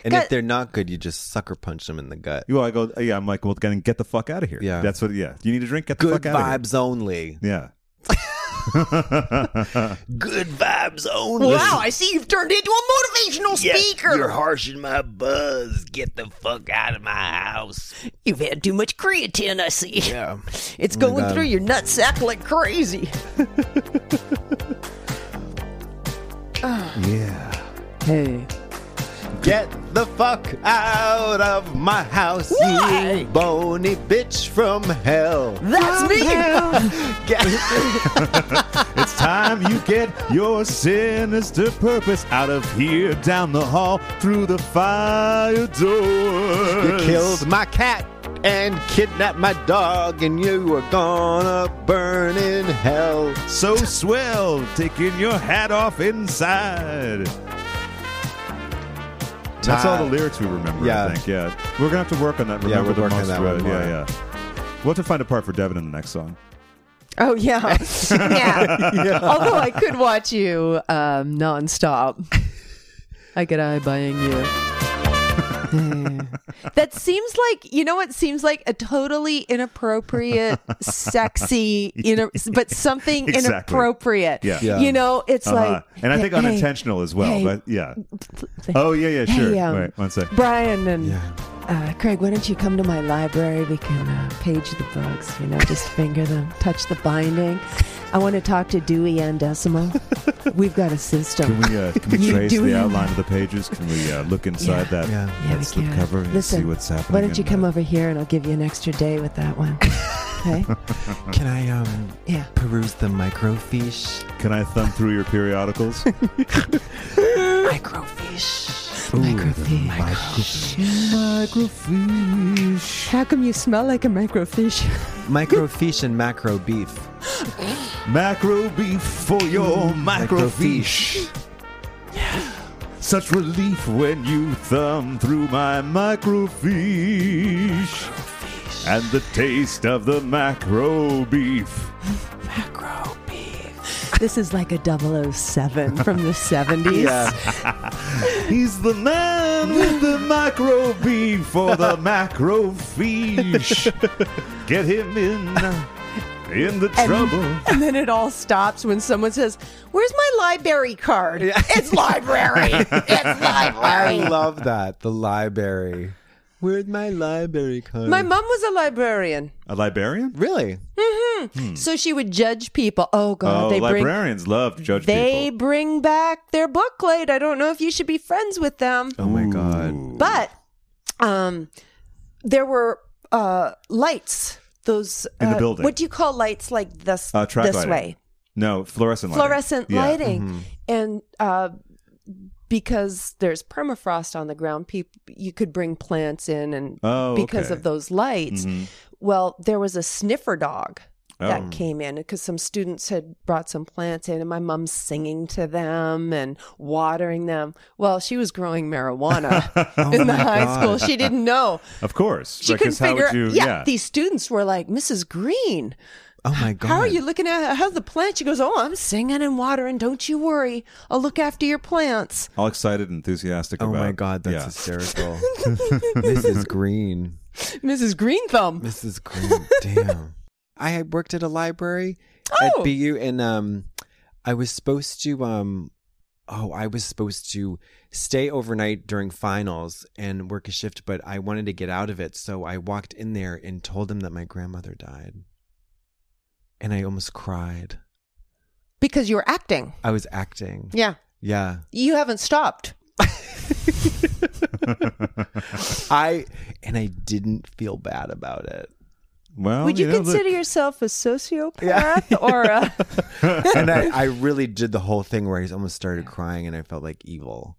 B: And
D: Got-
B: if they're not good, you just sucker punch them in the gut.
A: Well, I go, yeah, I'm like, well, then get the fuck out of here.
B: Yeah.
A: That's what, yeah. You need a drink, get the
B: Good
A: fuck out of here.
B: vibes only.
A: Yeah.
E: Good vibes only.
I: Wow, I see you've turned into a motivational
E: Yeah,
I: speaker.
E: You're harshing my buzz. Get the fuck out of my house.
I: You've had too much creatine, I see.
B: Yeah.
I: [laughs] It's
B: Oh my
I: going
B: God.
I: through your nutsack like crazy.
B: [laughs] Yeah.
I: Hey.
B: Get the fuck out of my house, you bony bitch from hell.
I: That's me.
A: it's time you get your sinister purpose out of here, down the hall, through the fire door.
B: You killed my cat and kidnapped my dog, and you are gonna burn in hell.
A: So swell, taking your hat off inside. That's all the lyrics we remember,
B: Yeah.
A: I think. Yeah. We're going to have to work on that.
B: Yeah,
A: Remember
B: we're
A: the
B: working on
A: monster.
B: that one more.
A: yeah, yeah. We'll have to find a part for Devin in the next song.
D: Oh yeah, [laughs] yeah. Although I could watch you um, nonstop. I could eye buying you. that seems like you know what seems like a totally inappropriate, sexy, ina- but
A: [laughs]
D: something
A: Exactly.
D: inappropriate.
A: Yeah. Yeah.
D: You know, it's
A: Uh-huh.
D: like,
A: and I
D: hey-
A: think
D: hey,
A: unintentional as well.
D: hey,
A: But yeah. Oh yeah, yeah, sure.
D: Hey, um,
A: Wait, one sec.
D: Brian and uh, Craig, why don't you come to my library? We can uh, page the books, you know, just finger them, touch the binding. I want to talk to Dewey
A: [laughs]
D: and Decimal. We've got a system.
A: Can we, uh,
D: [laughs]
A: can we
D: You
A: trace
D: do
A: the
D: it.
A: outline of the pages? Can we uh, look inside that
B: Yeah.
D: Yeah,
A: that
D: we
A: slip
D: can.
A: cover and
D: Listen,
A: see what's happening?
D: Why don't you
A: in
D: come over here and I'll give you an extra day with
A: [laughs]
D: that one? Okay.
A: that?
B: Can I um
D: Yeah.
B: peruse the microfiche?
A: Can I thumb through your
D: [laughs]
A: periodicals?
D: Microfiche. Microfiche.
A: Microfiche.
D: How come you smell like a [laughs] microfiche?
B: Microfiche and macro beef.
A: Macro beef for your
D: Mm,
A: microfiche. Such relief when you thumb through my microfiche. And the taste of the macro beef.
D: this is like a
A: [laughs]
D: 007 from the 70s.
A: He's the man with the macro beef for
D: [laughs]
A: the macro fish. Get him in in the trouble.
D: And then it all stops when someone says, Where's my library card?
A: [laughs]
D: It's library. it's
B: I
D: library.
B: love that. The library. Where'd my library come?
D: My mom was a librarian.
A: A librarian?
B: Really?
D: So she would judge people. Oh God,
A: Hmm. oh,
D: they bring
A: librarians love to judge
D: they
A: people.
D: bring back their book late. I don't know if you should be friends with them.
A: Oh my god.
D: But um there were uh lights. Those
A: In the
D: uh,
A: building.
D: What do you call lights like this
A: Uh, track
D: this
A: lighting.
D: way?
A: No, fluorescent lighting.
D: Fluorescent
A: Yeah. Mm-hmm.
D: lighting. And uh because there's permafrost on the ground, people you could bring plants in and
A: Oh,
D: because
A: okay.
D: of those lights.
A: Mhm.
D: Well, there was a sniffer dog
A: Oh.
D: that came in because some students had brought some plants in, and my mom's singing to them and watering them. Well, she was growing
A: [laughs]
D: marijuana
A: Oh
D: in the high school. She didn't know.
A: Of course.
D: She
A: Like, 'cause
D: couldn't
A: how
D: figure.
A: would you,
D: yeah,
A: yeah.
D: these students were like, "Mrs. Green,
B: Oh my god.
D: how are you looking at how's the plant?" She goes, "Oh, I'm singing and watering. Don't you worry. I'll look after your plants."
A: All excited and enthusiastic
B: Oh
A: about
B: my god, that's
A: yeah.
B: [laughs] hysterical. Mrs. Green.
D: Mrs. Green Thumb.
B: Mrs. Green. Damn. I had worked at a library
D: Oh.
B: at BU and um I was supposed to um oh, I was supposed to stay overnight during finals and work a shift, but I wanted to get out of it, so I walked in there and told them that my grandmother died. And I almost cried.
D: Because you were acting.
B: I was acting.
D: Yeah,
B: Yeah.
D: you haven't stopped.
B: I and I didn't feel bad about it.
A: Well,
D: Would you,
A: know, Oh,
D: consider
A: look-
D: yourself a
A: [laughs]
D: sociopath or a?
B: and I, I really did the whole thing where I almost started crying and I felt like evil.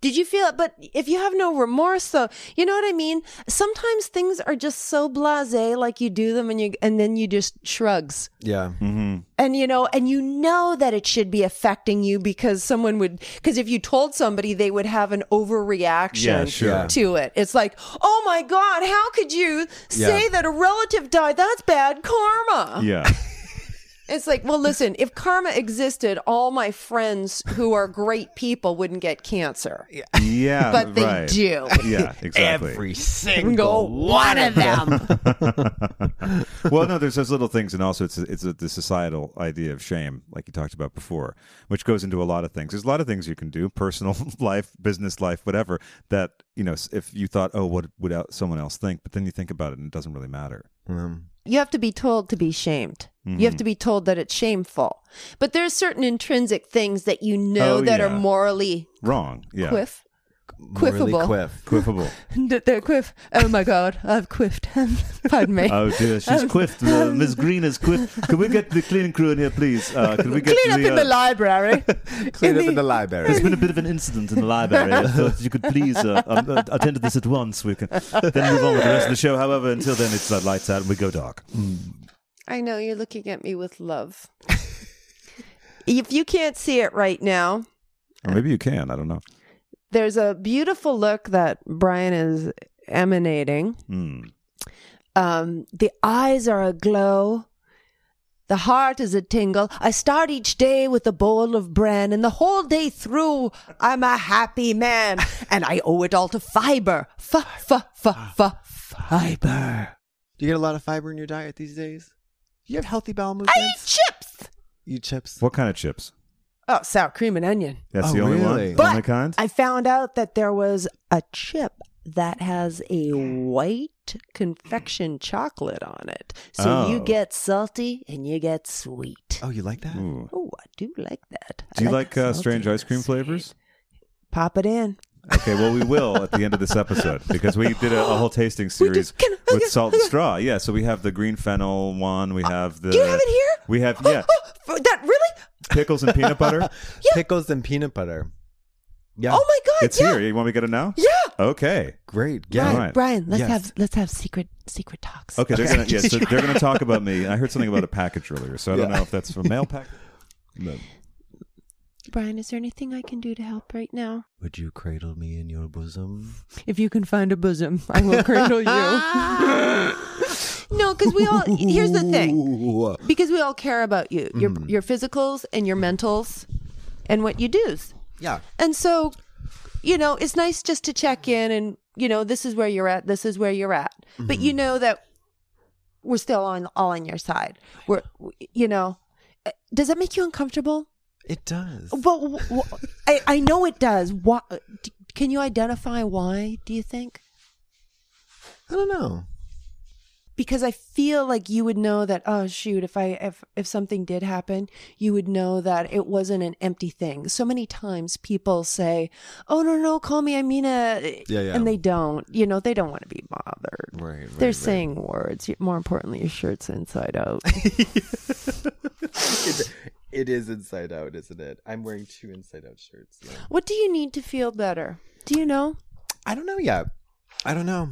D: Did you feel it? But if you have no remorse, though, you know what I mean. Sometimes things are just so blasé, like you do them, and you and then you just shrugs,
B: Yeah.
D: and you know, and you know that it should be affecting you because someone would, because if you told somebody, they would have an overreaction
A: Yeah, sure. Yeah.
D: to it. It's like, oh my god, how could you say
B: Yeah.
D: that a relative died? That's bad karma.
A: Yeah.
D: It's like, well, listen, if karma existed, all my friends who are great people wouldn't get cancer. Yeah. [laughs]
A: Yeah,
D: But they
A: right.
D: do. [laughs]
A: Yeah, exactly.
F: Every
D: Single one of them.
A: [laughs] well, no, there's those little things, and also it's it's a, the societal idea of shame, like you talked about before, which goes into a lot of things. There's a lot of things you can do, personal [laughs] life, business life, whatever. That you know, s- if you thought, oh, what would out- someone else think? But then you think about it, and it doesn't really matter.
D: you have to be told to be shamed. You have
A: Mhm.
D: to be told that it's shameful. But there's certain intrinsic things that you know
A: Oh,
D: that
A: yeah.
D: are morally
A: Wrong. Yeah.
D: quiff. Quiffable.
F: [laughs]
A: Quiffable.
D: D- They're quiff. Oh my God, I've quiffed. [laughs] Pardon me.
A: [laughs] Oh dear, she's
D: Um, [laughs]
A: quiffed. Uh, Ms. Green is quiffed. Can we get the cleaning crew in here, please? Uh, can we get
D: Clean up in the
A: uh,
D: library.
F: Clean up in the [laughs] library.
A: There's been a bit of an incident in the library. I thought if you could please uh, um, uh, attend to this at once. We can then move on with the rest of the show. However, until then, it's uh, lights out and we go dark.
D: I know you're looking at me with
A: [laughs]
D: love. if you can't see it right now,
A: Or maybe you can. I don't know.
D: there's a beautiful look that Brian is emanating.
A: Hmm.
D: Um, the eyes are aglow. The heart is a tingle. I start each day with a bowl of bran, and the whole day through, I'm a happy
A: [laughs]
D: man, and I owe it all to fiber. Fa, fa, fa, fa, fiber.
F: Do you get a lot of fiber in your diet these days? Do you have healthy bowel movements? I eat
D: chips.
F: You chips.
A: What kind of chips?
D: Oh, sour cream and onion.
A: That's
F: Oh,
A: the only
F: really?
A: one.
F: But-
A: only kind.
D: I found out that there was a chip that has a white confection chocolate on it. So you
A: Oh.
D: get salty and you get sweet.
F: Oh, you like that?
A: Ooh.
D: Oh, I do like that. I
A: Do you like uh,
D: salty.
A: strange ice cream flavors?
D: Pop it in.
A: Okay, well, we will at the end of this episode because we did a, a whole tasting series with salt and straw. Yeah, so we have the green fennel one. We have the.
D: Oh, Do you have it here?
A: We have yeah
D: For [gasps] that really?
A: pickles and peanut butter.
D: [laughs]
F: Pickles and peanut butter. Yeah.
D: Oh my god!
A: It's
D: yeah.
A: here. You want me to get it now?
D: Yeah.
A: Okay.
F: Great.
D: Brian,
A: All right.
D: Brian, let's
A: Yes.
D: have let's have secret secret talks.
A: Okay, they're gonna yeah, so they're gonna talk about me. I heard
D: [laughs]
A: something about a package earlier, so I don't
F: Yeah.
A: know if that's a mail package. No.
D: Brian, is there anything I can do to help right now?
F: Would you cradle me in your bosom?
D: If you can find a bosom, I [laughs] will cradle you. [laughs] no, because we all here's the thing.
F: Ooh.
D: Because we all care about you. Your your physicals and your mentals and what you do's.
F: Yeah.
D: And so, you know, it's nice just to check in and, you know, this is where you're at, this is where you're at. But you know that we're still on all on your side. We're, you know, Uh, does that make you uncomfortable?
F: It does.
D: But wh- wh- I, I know it does. Why, d- can you identify why, do you think?
F: I don't know.
D: Because I feel like you would know that, oh shoot, if I if if something did happen, you would know that it wasn't an empty thing. So many times people say, "Oh no, no, call me, I mean it,"
F: Yeah, yeah.
D: and they don't. You know, they don't want to be bothered.
F: Right. right
D: They're
F: right.
D: saying words. More importantly, your shirt's inside
F: [laughs]
D: out.
F: It- it is inside out, isn't it? I'm wearing two inside out shirts. yeah.
D: what do you need to feel better? Do you know?
F: I don't know yet. I don't know.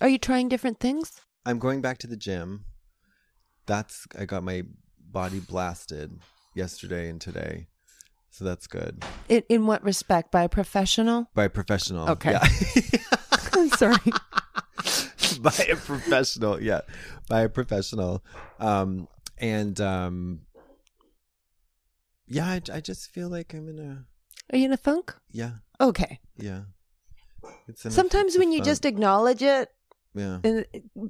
D: Are you trying different things?
F: I'm going back to the gym. That's I got my body blasted yesterday and today. So that's good.
D: In, in what respect? By a professional? [laughs]
F: By a professional.
D: Okay.
F: Yeah. [laughs]
D: I'm sorry.
F: by a professional yeah by a professional um and um yeah I, I just feel like i'm in a
D: Are you in a funk?
F: yeah
D: Okay.
F: yeah it's in a-
D: Sometimes
F: it's a
D: when you
F: fun-
D: just acknowledge it,
F: yeah
D: and uh,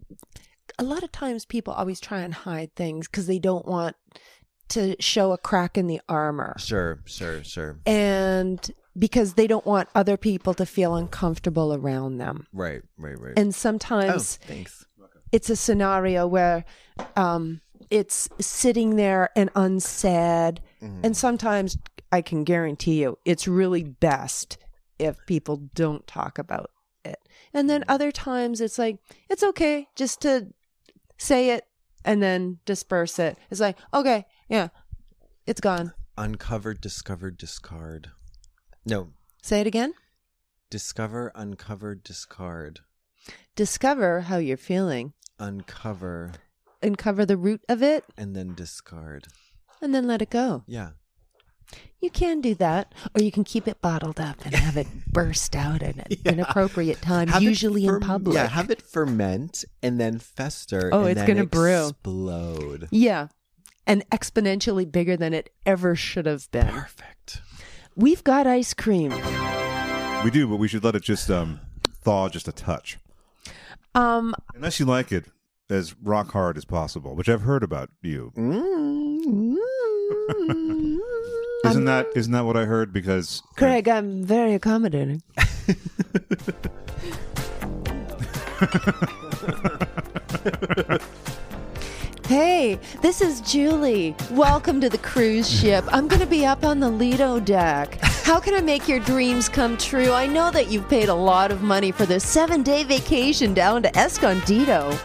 D: a lot of times people always try and hide things because they don't want to show a crack in the armor.
F: sure sure sure
D: And because they don't want other people to feel uncomfortable around them.
F: right right right
D: And
F: oh,
D: sometimes
F: thanks
D: it's a scenario where um, it's sitting there and unsaid. And sometimes I can guarantee you it's really best if people don't talk about it. And then other times it's like, it's okay just to say it and then disperse it. It's like, okay, yeah, it's gone.
F: uncover discover discard no
D: Say it again.
F: discover uncover discard
D: Discover how you're feeling,
F: uncover
D: uncover the root of it,
F: and then discard
D: and then let it go.
F: yeah
D: You can do that, or you can keep it bottled up and
F: [laughs]
D: have it burst out at an inappropriate time,
F: Have it
D: usually in
F: ferm-
D: public.
F: Yeah, have it ferment and then fester.
D: Oh,
F: and
D: it's
F: then
D: gonna brew.
F: explode.
D: Yeah. and exponentially bigger than it ever should have been. Perfect. We've got ice cream.
A: We do, but we should let it just um, thaw just a touch.
D: Um,
A: Unless you like it as rock hard as possible, which I've heard about you.
D: Mm.
A: isn't that isn't that what I heard? Because
D: Um, Craig, I'm very accommodating. Hey, this is Julie. Welcome to the cruise ship. I'm going to be up on the Lido deck. How can I make your dreams come true? I know that you've paid a lot of money for this seven day vacation down to Escondido.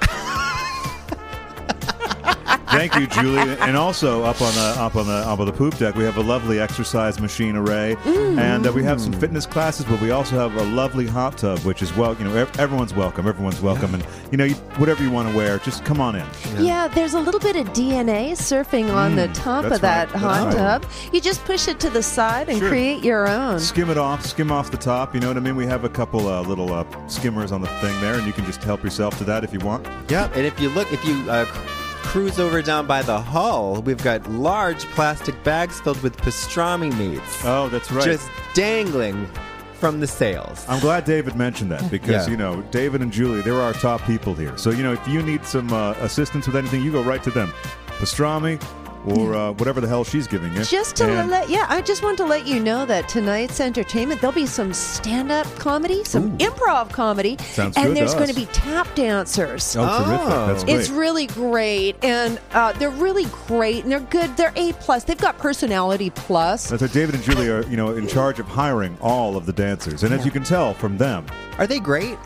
A: Thank you, Julie. And also up on the up on the up on the poop deck, we have a lovely exercise machine array,
D: Mm.
A: and uh, we have some fitness classes. But we also have a lovely hot tub, which is well, you know, ev- everyone's welcome. Everyone's welcome, and you know, you, whatever you want to wear, just come on in.
D: Yeah. there's a little bit of DNA surfing on the
A: Mm,
D: top
A: that's
D: of that
A: right,
D: hot
A: that's right.
D: tub. You just push it to the side and
A: Sure.
D: create your own.
A: Skim it off, skim off the top. You know what I mean? We have a couple uh, little uh, skimmers on the thing there, and you can just help yourself to that if you want.
F: Yeah, and if you look, if you uh, cr- cruise over down by the hull, we've got large plastic bags filled with pastrami meats.
A: Oh, that's right.
F: Just dangling from the sails.
A: I'm glad David mentioned that because
F: Yeah.
A: you know David and Julie, they're our top people here. So you know if you need some uh, assistance with anything, you go right to them, pastrami, or uh, whatever the hell she's giving you.
D: Just to
A: And-
D: let, yeah, I just want to let you know that tonight's entertainment there'll be some stand-up comedy, some improv comedy,
A: Sounds
D: and
A: good to
D: there's
A: us.
D: going to be tap dancers.
A: Oh, terrific. That's great.
D: It's really great, and uh, they're really great, and they're good. They're A plus. They've got personality plus.
A: That's why David and Julie are, you know, in charge of hiring all of the dancers, and as you can tell from them,
F: are they great?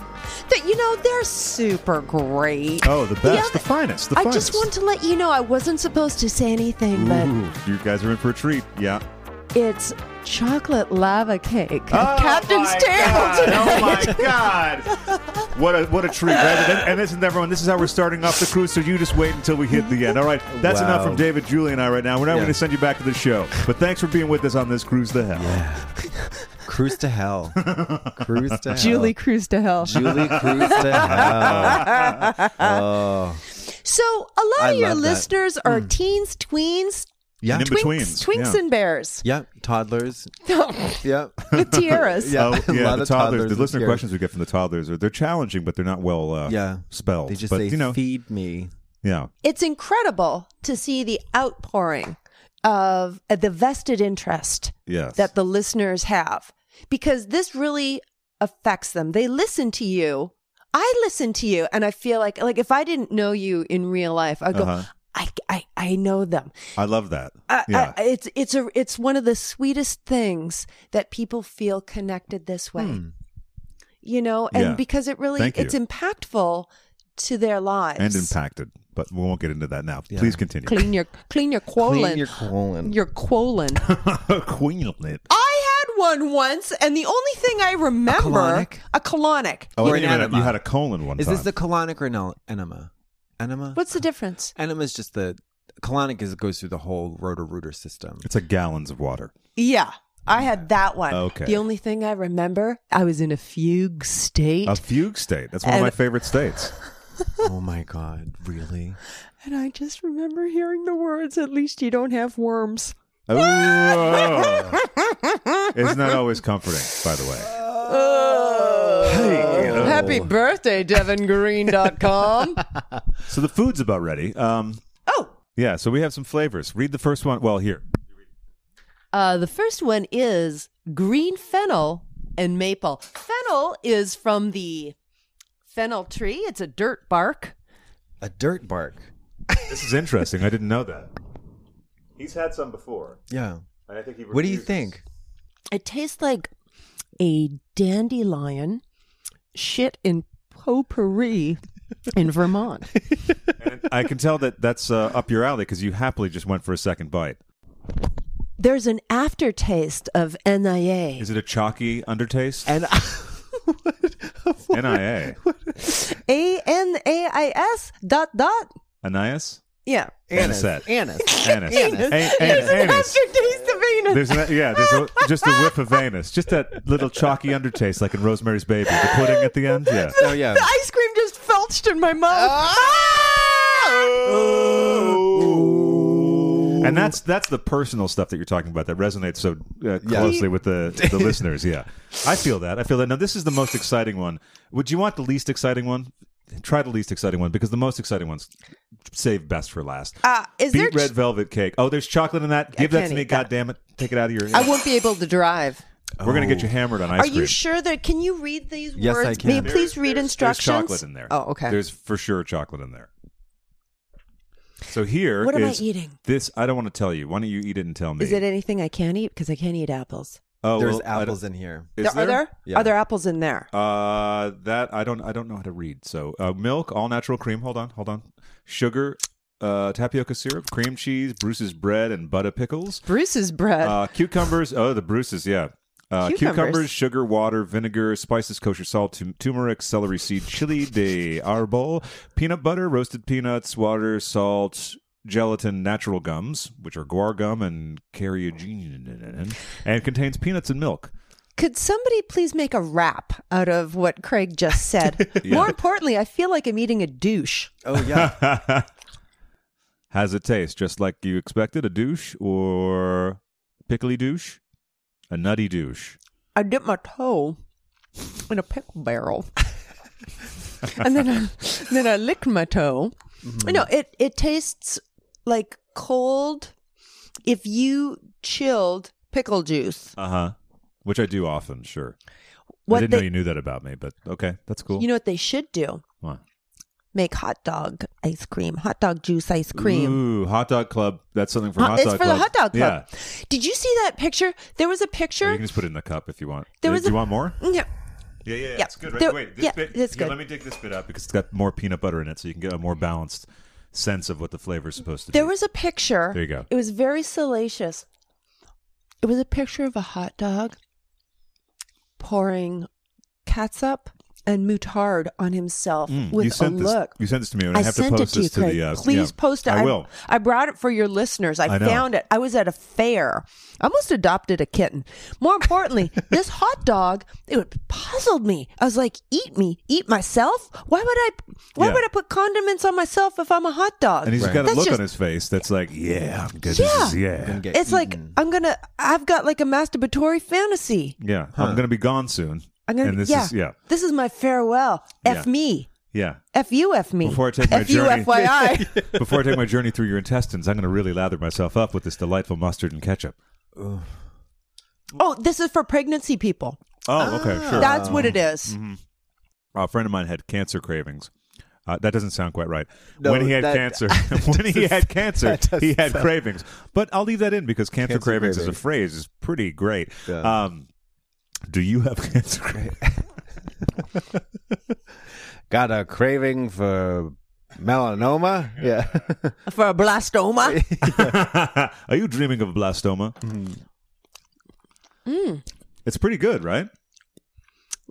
D: That you know they're super great.
A: Oh, the best, the finest, the
D: I
A: finest.
D: just want to let you know I wasn't supposed to say anything,
A: Ooh, you guys are in for a treat. Yeah.
D: but it's chocolate lava cake.
A: Oh,
D: Captain's
A: my
D: table.
A: God.
D: tonight.
A: Oh my god! What a what a treat! Right? And- And this is everyone. This is how we're starting off the cruise. So you just wait until we hit the end. All right, that's
F: Wow.
A: enough from David, Julie, and I right now. We're not
F: Yeah.
A: going to send you back to the show. But thanks for being with us on this cruise to hell.
F: Cruise
A: [laughs]
F: to hell. Cruise to hell.
D: [laughs] Julie Cruise to hell.
F: Julie Cruise to hell. Oh.
D: So a lot
F: I
D: of your
F: love that. Hmm.
D: listeners are teens, tweens,
F: Yeah.
D: twinks, twinks and
F: [laughs]
D: bears.
F: Yeah,
D: [laughs]
F: toddlers. yeah.
D: With tiaras.
F: yeah,
A: Oh,
F: [laughs] a
A: yeah,
F: lot
A: the toddlers.
F: of toddlers
A: The
F: and
A: listener
F: tiaras.
A: questions we get from the toddlers are they're challenging, but they're not well uh,
F: Yeah.
A: spelled.
F: They just
A: but,
F: say,
A: you know,
F: feed me.
A: yeah.
D: It's incredible to see the outpouring of uh, the vested interest
A: Yes.
D: that the listeners have because this really affects them. They listen to you. I listen to you and I feel like like if I didn't know you in real life, I'd go
A: Uh-huh.
D: I, I I know them.
A: I love that.
D: I,
A: yeah.
D: I, it's it's a it's one of the sweetest things that people feel connected this way. You know, and
A: Hmm. Yeah.
D: because it really
A: Thank you.
D: it's impactful to their lives.
A: and impacted, but we won't get into that now.
F: Yeah.
A: Please continue.
D: Clean your clean your
F: Clean
D: colon.
F: your colon.
D: your colon.
A: [laughs] Queen it.
D: I had one once, and the only thing I remember
F: colonic?
D: a colonic.
A: Oh,
F: Or
A: wait a
F: an
A: minute.
F: enema.
A: You had a colon one
F: Is
A: time.
F: this the colonic or no enema? Enema?
D: What's the difference?
F: Enema is just the colonic is goes through the whole rotor
D: [laughs]
F: rooter system.
A: it's like gallons of water.
D: Yeah, I had that one.
A: Okay.
D: The only thing I remember, I was in a fugue state,
A: A fugue state. That's one of
D: And-
A: my favorite states.
F: oh my god, really?
D: and I just remember hearing the words, "At least you don't have worms."
A: Ooh. Isn't that always comforting, by the way? Hey.
D: Happy birthday, DevinGreen.com.
A: So the food's about ready. Um,
D: [laughs] oh,
A: yeah, so we have some flavors. Read the first one. Well, here.
D: Uh, the first one is green fennel and maple. Fennel is from the fennel tree. It's a dirt bark.
F: A dirt bark.
A: This is interesting. I didn't know that. He's had some before,
F: Yeah.
A: and I think he
F: What do you think?
D: It tastes like a dandelion shit in [laughs] potpourri in Vermont.
A: I can tell that that's uh, up your alley because you happily just went for a second bite.
D: There's an aftertaste of NIA.
A: Is it a chalky undertaste?
F: And [laughs]
A: NIA.
D: A N A I S dot dot.
A: Anias?
D: Yeah.
A: Anise. [laughs]
F: anise.
A: Anise. A- an- Anise.
D: Aftertaste of anus.
A: There's an, yeah, there's a, just a whiff of anus, just that little chalky undertaste, like in Rosemary's Baby, the pudding at the end. Yeah,
F: Oh yeah.
D: The ice cream just Ah! felched in my mouth.
F: Oh.
A: and that's that's the personal stuff that you're talking about that resonates so uh, closely with the
D: [laughs]
A: the listeners. Yeah, I feel that. I feel that. Now this is the most exciting one. Would you want the least exciting one? Try the least exciting one because the most exciting ones save best for last.
D: Uh,
C: Ah,
D: is
A: Beat
D: there
A: red velvet cake? Oh, there's chocolate in that. Give that
D: can't
A: to me.
D: eat that.
A: God damn it! Take it out of your.
C: I won't be able to drive.
A: We're gonna
D: Oh.
A: get you hammered on ice
C: Are
A: cream.
C: you sure that? Can you read these
A: Yes, I
C: words?
A: can.
C: May you
A: There's-
C: please read
A: There's
C: instructions.
A: chocolate in there.
C: Oh, okay.
A: There's for sure chocolate in there. So here
D: What am I
A: is
D: eating?
A: This I don't want to tell you. Why don't you eat it and tell me?
D: Is it anything I can't eat? Because I can't eat apples.
A: Oh,
F: [laughs] There's
A: well, I don't-
F: apples in here.
A: Is
D: There- Are there?
A: Yeah.
D: Are there apples in there?
A: Uh, that I don't. I don't know how to read. So uh, milk, all natural cream. Hold on, hold on. Sugar, uh, tapioca syrup, cream cheese, Bruce's bread, and butter pickles.
C: Bruce's bread.
A: Uh, cucumbers. Oh, the Bruce's. Yeah. Uh,
C: Cucumbers.
A: cucumbers. sugar, water, vinegar, spices, kosher salt, tum- turmeric, celery seed, chili de arbol, peanut butter, roasted peanuts, water, salt, gelatin, natural gums, which are guar gum and carrageenan, and contains peanuts and milk.
D: Could somebody please make a wrap out of what Craig just said?
A: [laughs] Yeah.
D: More importantly, I feel like I'm eating a douche.
A: [laughs]
F: Oh
A: yeah. How's it taste? Just like you expected, a douche or pickly douche, a nutty douche.
D: I dip my toe in a pickle barrel, [laughs] and then I, then I lick my toe.
A: Mm-hmm.
C: Mhm.
D: No, it it tastes like cold. If you chilled pickle juice,
A: Uh huh. Which I do often, sure.
D: What
A: I didn't know
D: they-
A: you knew that about me, but okay, that's cool.
D: you know what they should do?
A: What?
D: Make hot dog ice cream, hot dog juice ice cream.
A: Ooh, hot dog club. That's something for
D: Hot-
A: hot
D: it's
A: dog
D: for the
A: club.
D: hot dog club.
A: Yeah,
D: Did you see that picture? There was a
A: you
D: picture.
A: can just put it in the cup if you want.
D: There
A: Uh,
D: was
A: do
D: a-
A: you want more?
D: Yeah.
A: Yeah, yeah, yeah.
D: Yeah,
A: It's good. Right?
D: there-
A: Wait, this
D: yeah,
A: bit.
D: it's
A: here,
D: good. Mm-hmm.
A: Let me dig this bit out because it's got more peanut butter in it, so you can get a more balanced sense of what the flavor is supposed to
D: There
A: be.
D: was a picture.
A: There you go.
D: It was very salacious. It was a picture of a hot dog pouring catsup and moutard on himself
A: Mm,
D: with
A: you sent
D: a
A: this,
D: look.
A: You sent this to me, and I, have to
D: sent
A: post
D: it to you,
A: this to
D: Craig.
A: the. Uh,
D: Please
A: yeah,
D: post it.
A: I will.
D: I brought it for your listeners. I,
A: I know.
D: found it. I was at a fair. I almost adopted a kitten. More
A: [laughs]
D: importantly, this hot dog it puzzled me. I was like, "Eat me, eat myself. Why would I? Why
A: Yeah.
D: would I put condiments on myself if I'm a hot dog?"
A: And he's got a
D: That's
A: look
D: just
A: on his face that's like, yeah, I'm good.
D: Yeah.
A: This is, yeah.
D: it's like I'm gonna. I've got like a masturbatory fantasy.
A: yeah, I'm going to be gone soon.
D: I'm gonna.
A: and this
D: yeah,
A: is, yeah,
D: This is my farewell. F
A: Yeah.
D: me. [laughs]
A: yeah.
D: F you. F me.
A: Before I take my
D: F you.
A: journey, [laughs]
D: FYI.
A: before I take my journey through your intestines, I'm going to really lather myself up with this delightful mustard and ketchup. Oh,
D: oh, this is for pregnancy people.
A: Oh, okay, sure.
D: That's what it is.
A: Mhm. A friend of mine had cancer cravings. Uh, that doesn't sound quite right.
F: No,
A: when he had
F: [laughs] that-
A: cancer, [laughs] when he had cancer,
F: that doesn't
A: he
F: [laughs]
A: had
F: sound-
A: cravings. But I'll leave that in because cancer,
F: Cancer
A: cravings, as a
F: cravings.
A: phrase is pretty great.
F: Yeah.
A: Um, do you have [laughs] cancer cravings?
F: Got a craving for melanoma? Yeah. [laughs]
D: For a blastoma. [laughs]
A: [laughs] Are you dreaming of blastoma?
D: Mm.
A: It's pretty good, right?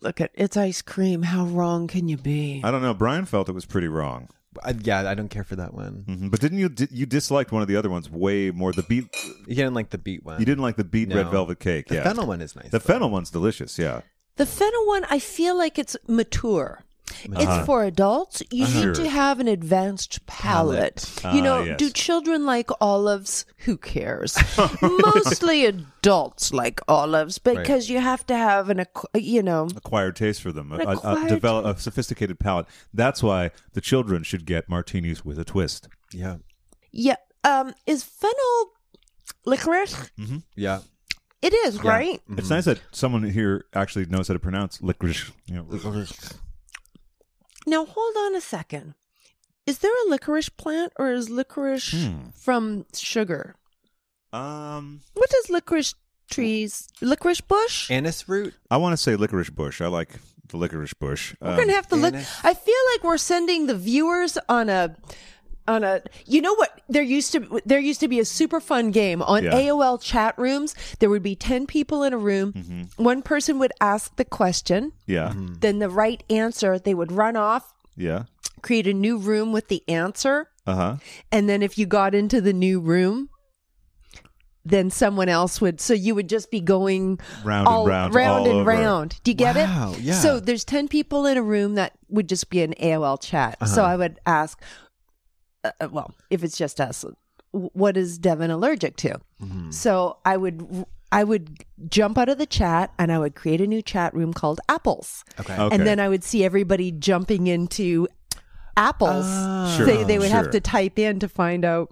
D: Look at it's ice cream. How wrong can you be?
A: I don't know. Brian felt it was pretty wrong.
F: yeah, I don't care for that one.
A: hmm But didn't you di- you disliked one of the other ones way more? The beet.
F: You didn't like the beet one.
A: You didn't like the beet red
F: No.
A: velvet cake.
F: The
A: yeah.
F: fennel one is nice,
A: The fennel one's delicious. Yeah.
D: The fennel one, I feel like it's mature.
A: Uh-huh.
D: It's for adults. You
A: Sure.
D: need to have an advanced palate.
A: Palate.
D: You
A: Ah,
D: know,
A: yes.
D: do children like olives?
A: [laughs]
D: Who cares? Mostly adults like olives because you have to have an, acqu- you know,
A: Acquired taste for them. A,
D: An
A: a, a
D: acquired
A: develop a sophisticated palate. That's why the children should get martinis with a twist.
F: Yeah.
D: yeah. Um, is fennel licorice?
A: Mm-hmm.
F: Yeah.
D: It is, right?
A: It's nice that someone here actually knows how to pronounce licorice. You know, licorice.
D: Now hold on a second. Is there a licorice plant or is licorice
A: Hmm.
D: from sugar?
A: Um,
D: What does licorice trees, licorice bush?
F: Anise root.
A: I want to say licorice bush. I like the licorice bush. Um,
D: We're gonna have to look.
A: Anise.
D: I feel like we're sending the viewers on a on a. You know what? There used to there used to be a super fun game on
C: Yeah.
D: AOL chat rooms. There would be ten people in a room. One person would ask the question.
A: Yeah.
D: Then the right answer, they would run off,
A: Yeah.
D: create a new room with the answer,
A: Uh huh.
D: and then if you got into the new room. Then someone else would, so you would just be going
A: Round and
D: all-
A: round,
D: round
A: all
D: and
A: over.
D: round. Do you get
A: Wow,
D: it?
A: yeah.
D: So there's 10 people in a room that would just be an AOL chat. So
A: Uh-huh.
D: I would ask, uh, uh, well, if it's just us, what is Devin allergic to?
A: Mm-hmm.
F: Mhm.
D: So I would I would jump out of the chat and I would create a new chat room called Apples.
F: Okay.
D: And
F: Okay.
D: then I would see everybody jumping into Apples.
F: Ah. Sure,
D: they, they would have
F: sure.
D: to type in to find out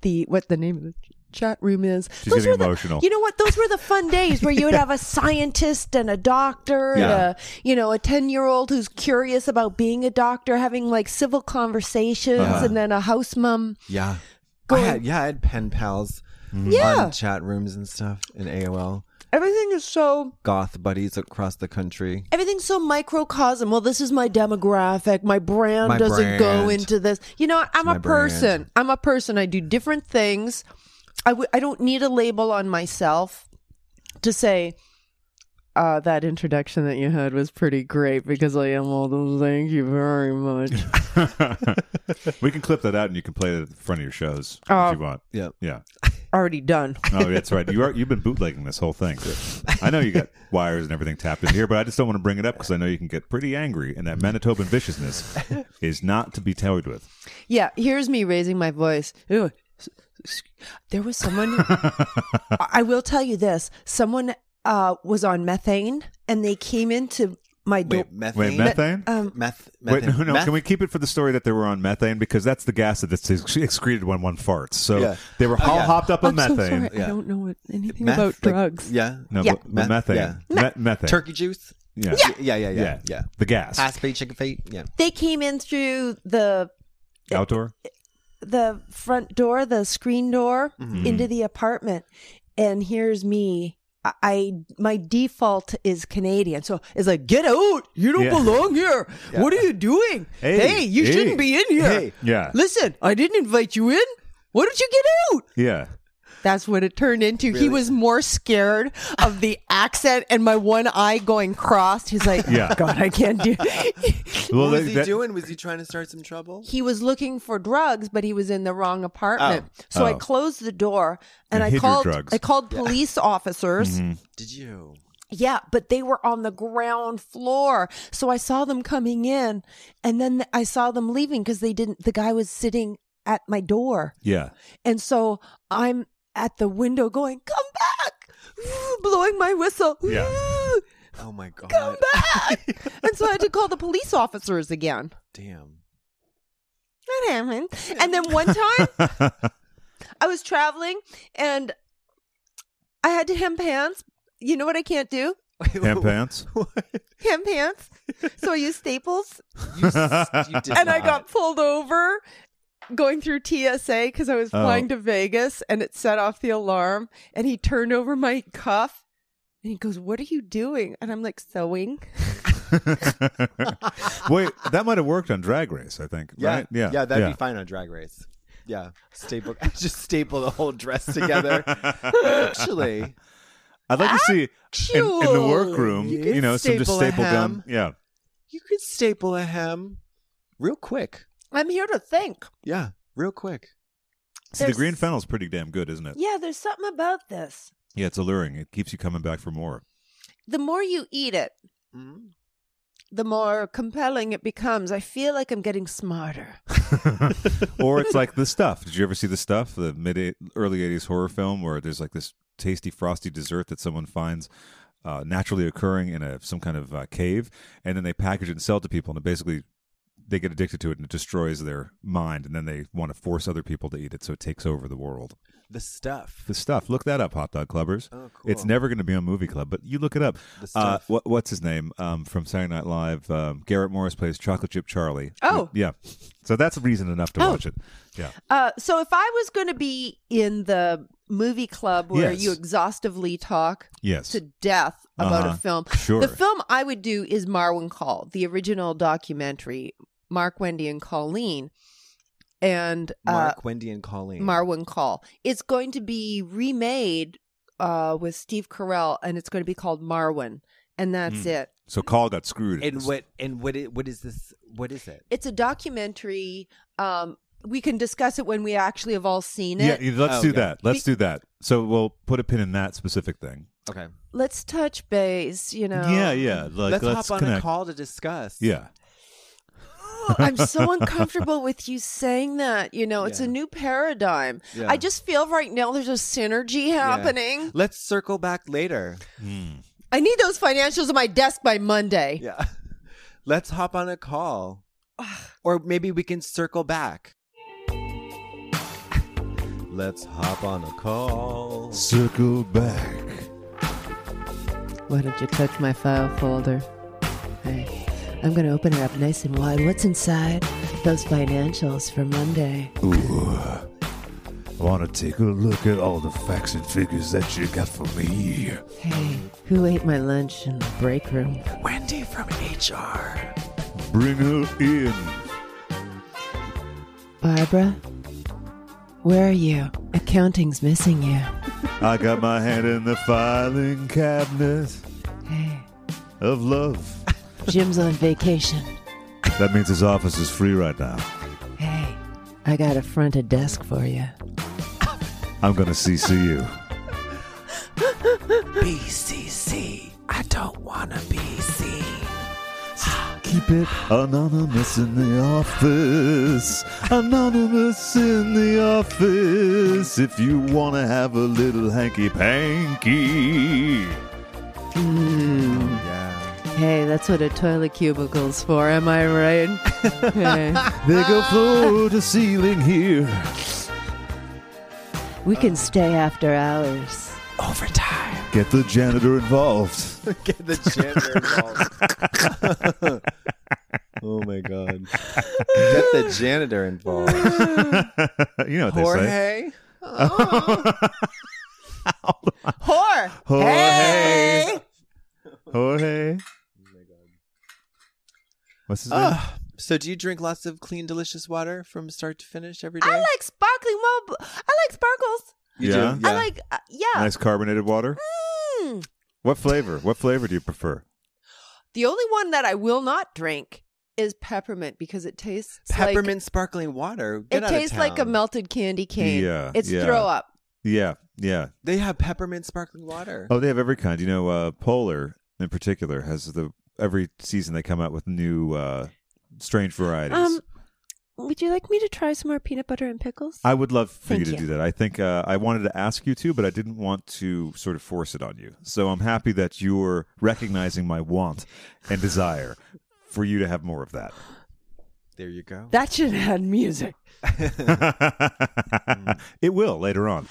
D: the what the name of the chat room is.
A: She's getting
D: were the-
A: emotional.
D: you know what? Those were the fun days where you
F: [laughs]
D: would have a scientist and a doctor, and
A: Yeah.
D: a, you know, a 10 year old who's curious about being a doctor, having like civil conversations,
F: Uh-huh.
D: and then a house mom.
F: Yeah.
D: Go
F: I
D: ahead.
F: had, yeah, I had pen pals
A: Hmm.
D: Yeah.
F: on chat rooms and stuff in AOL.
D: Everything is so.
F: Goth buddies across the country.
D: Everything's so microcosm. Well, this is my demographic. My brand
F: My
D: doesn't go
F: brand.
D: into this. You know, I'm
F: my
D: a
F: brand.
D: person. I'm a person. I do different things. I w- I don't need a label on myself to say, uh, that introduction that you had was pretty great because I am all those. Thank you very
F: [laughs]
D: much.
A: we can clip that out and you can play it at the front of your shows
D: Oh.
A: if you want.
F: Yeah.
A: Yeah.
D: Already done.
A: Oh, that's right. You are you've been bootlegging this whole thing. I know you got wires and everything tapped in here, but I just don't want to bring it up because I know you can get pretty angry, and that Manitoban viciousness is not to be toyed with.
D: Yeah, here's me raising my voice. Ooh, s- s- There was someone. I I will tell you this: someone uh, was on methane, and they came into my door.
F: Wait, methane?
A: Wait, methane?
D: um,
F: meth,
A: Wait,
F: Uh, methane.
A: no, no.
F: Meth-
A: Can we keep it for the story that they were on methane because that's the gas that's ex- excreted when one farts. So
F: Yeah.
A: they were
F: Oh,
A: all
F: yeah.
A: hopped up on
D: I'm so
A: methane.
D: sorry. I don't know what, anything
F: meth,
D: about
F: like-
D: drugs.
F: Yeah.
A: No,
D: Yeah.
A: but- but methane.
F: yeah.
A: Me- methane.
F: Turkey juice.
A: Yeah.
F: Yeah. Yeah. Yeah. Yeah. yeah.
A: The gas.
F: Ass feet, chicken feet. Yeah.
D: They came in through the
A: Outdoor.
D: the front door, the screen door
A: Mm-hmm.
D: into the apartment. And here's me. I- I my default is Canadian, so it's like get out. You don't
A: Yeah.
D: belong here.
A: Yeah.
D: What are you doing?
A: Hey,
D: Hey, you
A: hey,
D: shouldn't be in here.
F: hey.
A: Yeah.
D: Listen, I didn't invite you in. Why don't you get out?
A: Yeah.
D: That's what it turned into. He
F: Really?
D: was more scared of the accent and my one eye going crossed. He's like,
A: Yeah.
D: God, I can't do.
A: Well,
F: what
A: that-
F: was he
A: that-
F: doing? Was he trying to start some trouble?
D: he was looking for drugs, but he was in the wrong apartment.
F: Oh.
D: So I
A: Oh.
D: closed the door
A: And
D: and, I
A: hid your
D: called
A: drugs. Mm-hmm.
D: I called police officers.
F: Did you?
D: Yeah, but they were on the ground floor. So I saw them coming in and then I saw them leaving cuz they didn't the guy was sitting at my door.
F: [laughs]
A: Yeah.
D: And so I'm at the window going, "Come back." blowing my whistle.
A: Yeah.
F: Oh my god.
A: [laughs]
D: Come back. and so I had to call the police officers again.
F: Damn.
D: That happened.
A: [laughs]
D: And then one time I was traveling and I had to hem pants. You know what I can't do?
A: Ham pants.
D: Hem pants. So I used
A: [laughs]
D: staples
F: You, s- you did
D: and I
F: not.
D: got pulled over going through TSA because I was
A: Oh.
D: flying to Vegas and it set off the alarm and he turned over my cuff and he goes, What are you doing? And I'm like, sewing.
A: [laughs] Wait, that might have worked on Drag Race. I think.
F: Yeah,
A: Right? Yeah.
F: yeah, that'd be fine on Drag Race. Yeah, staple, [laughs] just staple the whole dress [laughs] together. Actually,
A: I'd like to see in, in the workroom.
F: You
A: You,
F: could
A: know, some just
F: staple a
A: staple gum.
F: hem.
A: Yeah.
F: you could staple a hem real quick.
D: I'm here to think.
F: Yeah, real quick.
A: See, the
D: There's-
A: green fennel's pretty damn good, isn't it?
D: Yeah, there's something about this.
A: Yeah, it's alluring. It keeps you coming back for more.
D: The more you eat it,
F: Mm.
D: the more compelling it becomes. I feel like I'm getting smarter.
A: or it's like the stuff. Did you ever see the stuff? The mid early '80s horror film where there's like this tasty frosty dessert that someone finds. Uh, naturally occurring in a some kind of uh, cave, and then they package it and sell it to people, and it basically they get addicted to it, and it destroys their mind, and then they want to force other people to eat it, so it takes over the world.
F: The stuff.
A: The stuff, look that up, hot dog clubbers.
F: Oh, cool.
A: It's never going to be on Movie Club, but you look it up.
F: The
A: Uh,
F: stuff.
A: what, what's his name um, from Saturday Night Live? Um, Garrett Morris plays Chocolate Chip Charlie.
D: Oh.
A: yeah. So that's reason enough to
D: Oh.
A: watch it. Yeah,
D: Uh, so if I was going to be in the movie club where
A: Yes.
D: you exhaustively talk
A: yes.
D: to death about
A: Uh-huh.
D: a film,
A: Sure.
D: the film I would do is Marwin Call, the original documentary, Mark Wendy and Colleen, and uh,
F: Mark, Wendy, and Colleen.
D: Marwin Call. It's going to be remade uh, with Steve Carell, and it's going to be called Marwin, and that's
A: Mm.
D: it.
A: so Call got screwed.
F: And what? And what? It, what is this? What is it?
D: It's a documentary. Um, we can discuss it when we actually have all seen it.
A: Yeah, yeah, let's
F: Oh,
A: do
F: yeah.
A: that. Let's do that. So we'll put a pin in that specific thing.
F: Okay,
D: Let's touch base, you know.
A: Yeah, yeah. Like,
F: Oh. let's,
A: let's
F: hop on
A: connect.
F: a call to discuss.
A: Yeah.
D: Oh, I'm so uncomfortable with you saying that. You know, it's a new paradigm.
F: Yeah.
D: I just feel right now there's a synergy
F: Yeah.
D: happening.
F: Let's circle back later.
D: I need those financials on my desk by Monday.
F: Yeah. Let's hop on a call. or maybe we can circle back. Let's hop on a call.
G: Circle back.
D: Why don't you touch my file folder? Hey, I'm going to open it up nice and wide. What's inside? Those financials for Monday.
G: Ooh. I want to take a look at all the facts and figures that you got for me.
D: Hey, who ate my lunch in the break room?
G: Wendy from HR. Bring her in.
D: Barbara? Where are you? Accounting's missing you.
G: I got my hand in the filing cabinet of love.
D: Jim's on vacation.
G: That means his office is free right now.
D: Hey, I got a front a desk for you.
G: I'm gonna CC you.
E: [laughs] BCC. I don't wanna be seen.
G: Keep it anonymous in the office. Anonymous in the office. If you want to have a little hanky panky.
E: Hmm.
F: Yeah.
D: Hey, that's what a toilet cubicle's for, am I right?
G: They
D: Hey.
E: Ah.
G: go floor to ceiling here.
D: [laughs] We can stay after hours.
E: Overtime.
G: Get the janitor involved.
F: Get the janitor involved. oh my god. [laughs] Get [laughs] the janitor involved.
A: [laughs]
G: you know what they say.
F: Jorge.
A: Oh.
D: Whore!
G: Jorge.
D: Hey!
G: Jorge. What's his name?
F: Ah, so do you drink lots of clean, delicious water from start to finish every day?
C: I like sparkling well. I like sparkles.
F: You
A: Yeah?
F: do?
C: I like uh, yeah.
A: Nice carbonated water.
D: Mm.
A: What flavor? What flavor do you prefer?
D: The only one that I will not drink is peppermint because it tastes
F: peppermint sparkling water.
D: Like,
F: Get
D: it
F: out of
D: tastes like a
F: town.
D: melted candy cane.
A: Yeah,
D: it's
A: yeah.
D: throw up.
A: Yeah, yeah.
F: They have peppermint sparkling water.
A: Oh, they have every kind. You know, uh, Polar in particular has the every season they come out with new uh, strange varieties.
D: Um, would you like me to try some more peanut butter and pickles?
A: I would love for you
D: Thank
A: to
D: you.
A: do that. I think uh, I wanted to ask you to, but I didn't want to sort of force it on you. So I'm happy that you're recognizing my want and desire for you to have more of that. [laughs]
F: There you [laughs] go.
D: That should have had music.
A: it will later on.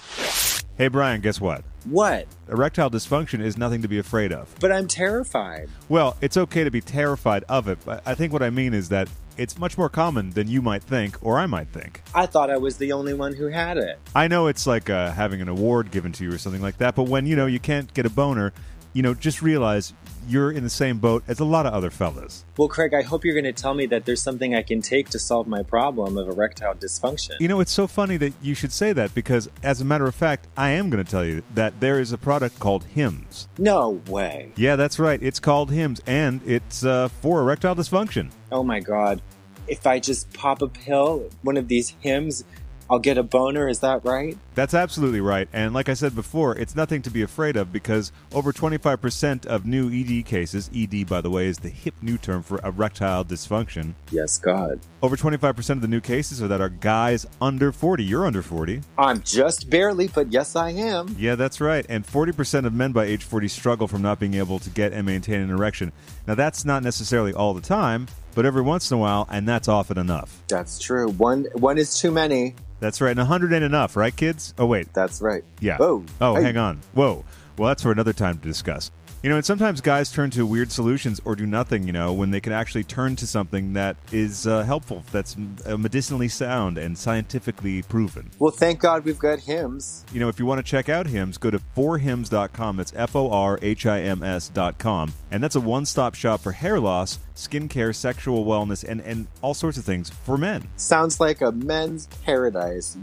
A: Hey, Brian, guess what?
J: What?
A: Erectile dysfunction is nothing to be afraid of.
J: But I'm terrified.
A: Well, it's okay to be terrified of it, but I think what I mean is that it's much more common than you might think or I might think.
J: I thought I was the only one who had it.
A: I know it's like uh, having an award given to you or something like that, but when you know you can't get a boner, you know, just realize you're in the same boat as a lot of other fellas.
J: Well, Craig, I hope you're going to tell me that there's something I can take to solve my problem of erectile dysfunction.
A: You know, it's so funny that you should say that because, as a matter of fact, I am going to tell you that there is a product called Hims.
J: No way.
A: Yeah, that's right. It's called Hims, and it's uh, for erectile dysfunction.
J: Oh my God. If I just pop a pill, one of these hymns, I'll get a boner. Is that right?
A: That's absolutely right. And like I said before, it's nothing to be afraid of because over 25% of new ED cases, ED, by the way, is the hip new term for erectile dysfunction.
J: Yes, God.
A: Over 25% of the new cases are that are guys under 40. You're under 40.
J: I'm just barely, but yes, I am.
A: Yeah, that's right. And 40% of men by age 40 struggle from not being able to get and maintain an erection. Now, that's not necessarily all the time, but every once in a while, and that's often enough.
J: That's true. One one is too many.
A: That's right. And 100 ain't enough, right, kids? Oh, wait.
J: That's right.
A: Yeah.
J: Oh.
A: Oh,
J: Hey.
A: hang on. Whoa. Well, that's for another time to discuss. You know, and sometimes guys turn to weird solutions or do nothing, you know, when they can actually turn to something that is uh, helpful, that's uh, medicinally sound and scientifically proven.
J: Well, thank God we've got hymns.
A: You know, if you want to check out hymns, go to forhims.com. That's F O R H I M S.com. And that's a one stop shop for hair loss, skincare, sexual wellness, and, and all sorts of things for men.
J: Sounds like a men's paradise.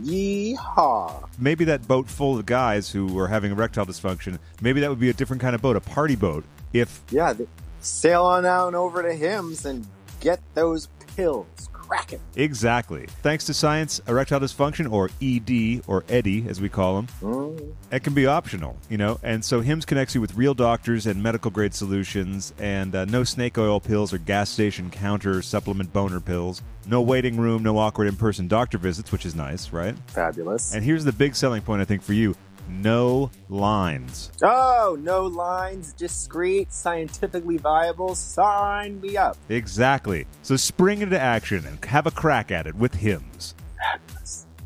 J: Yeehaw.
A: Maybe that boat full of guys who are having erectile dysfunction, maybe that would be a different kind of boat, a party boat, if
J: Yeah, th- sail on down over to hymns and get those pills, cracking.
A: Exactly. Thanks to science, erectile dysfunction, or ED, or EDDY, as we call them,
J: Mm,
A: it can be optional, you know? And so HIMS connects you with real doctors and medical grade solutions, and uh, no snake oil pills or gas station counter supplement boner pills. No waiting room, no awkward in person doctor visits, which is nice, right?
J: Fabulous.
A: And here's the big selling point, I think, for you no lines.
J: Oh, no lines, discreet, scientifically viable. Sign me up.
A: Exactly. So spring into action and have a crack at it with hymns.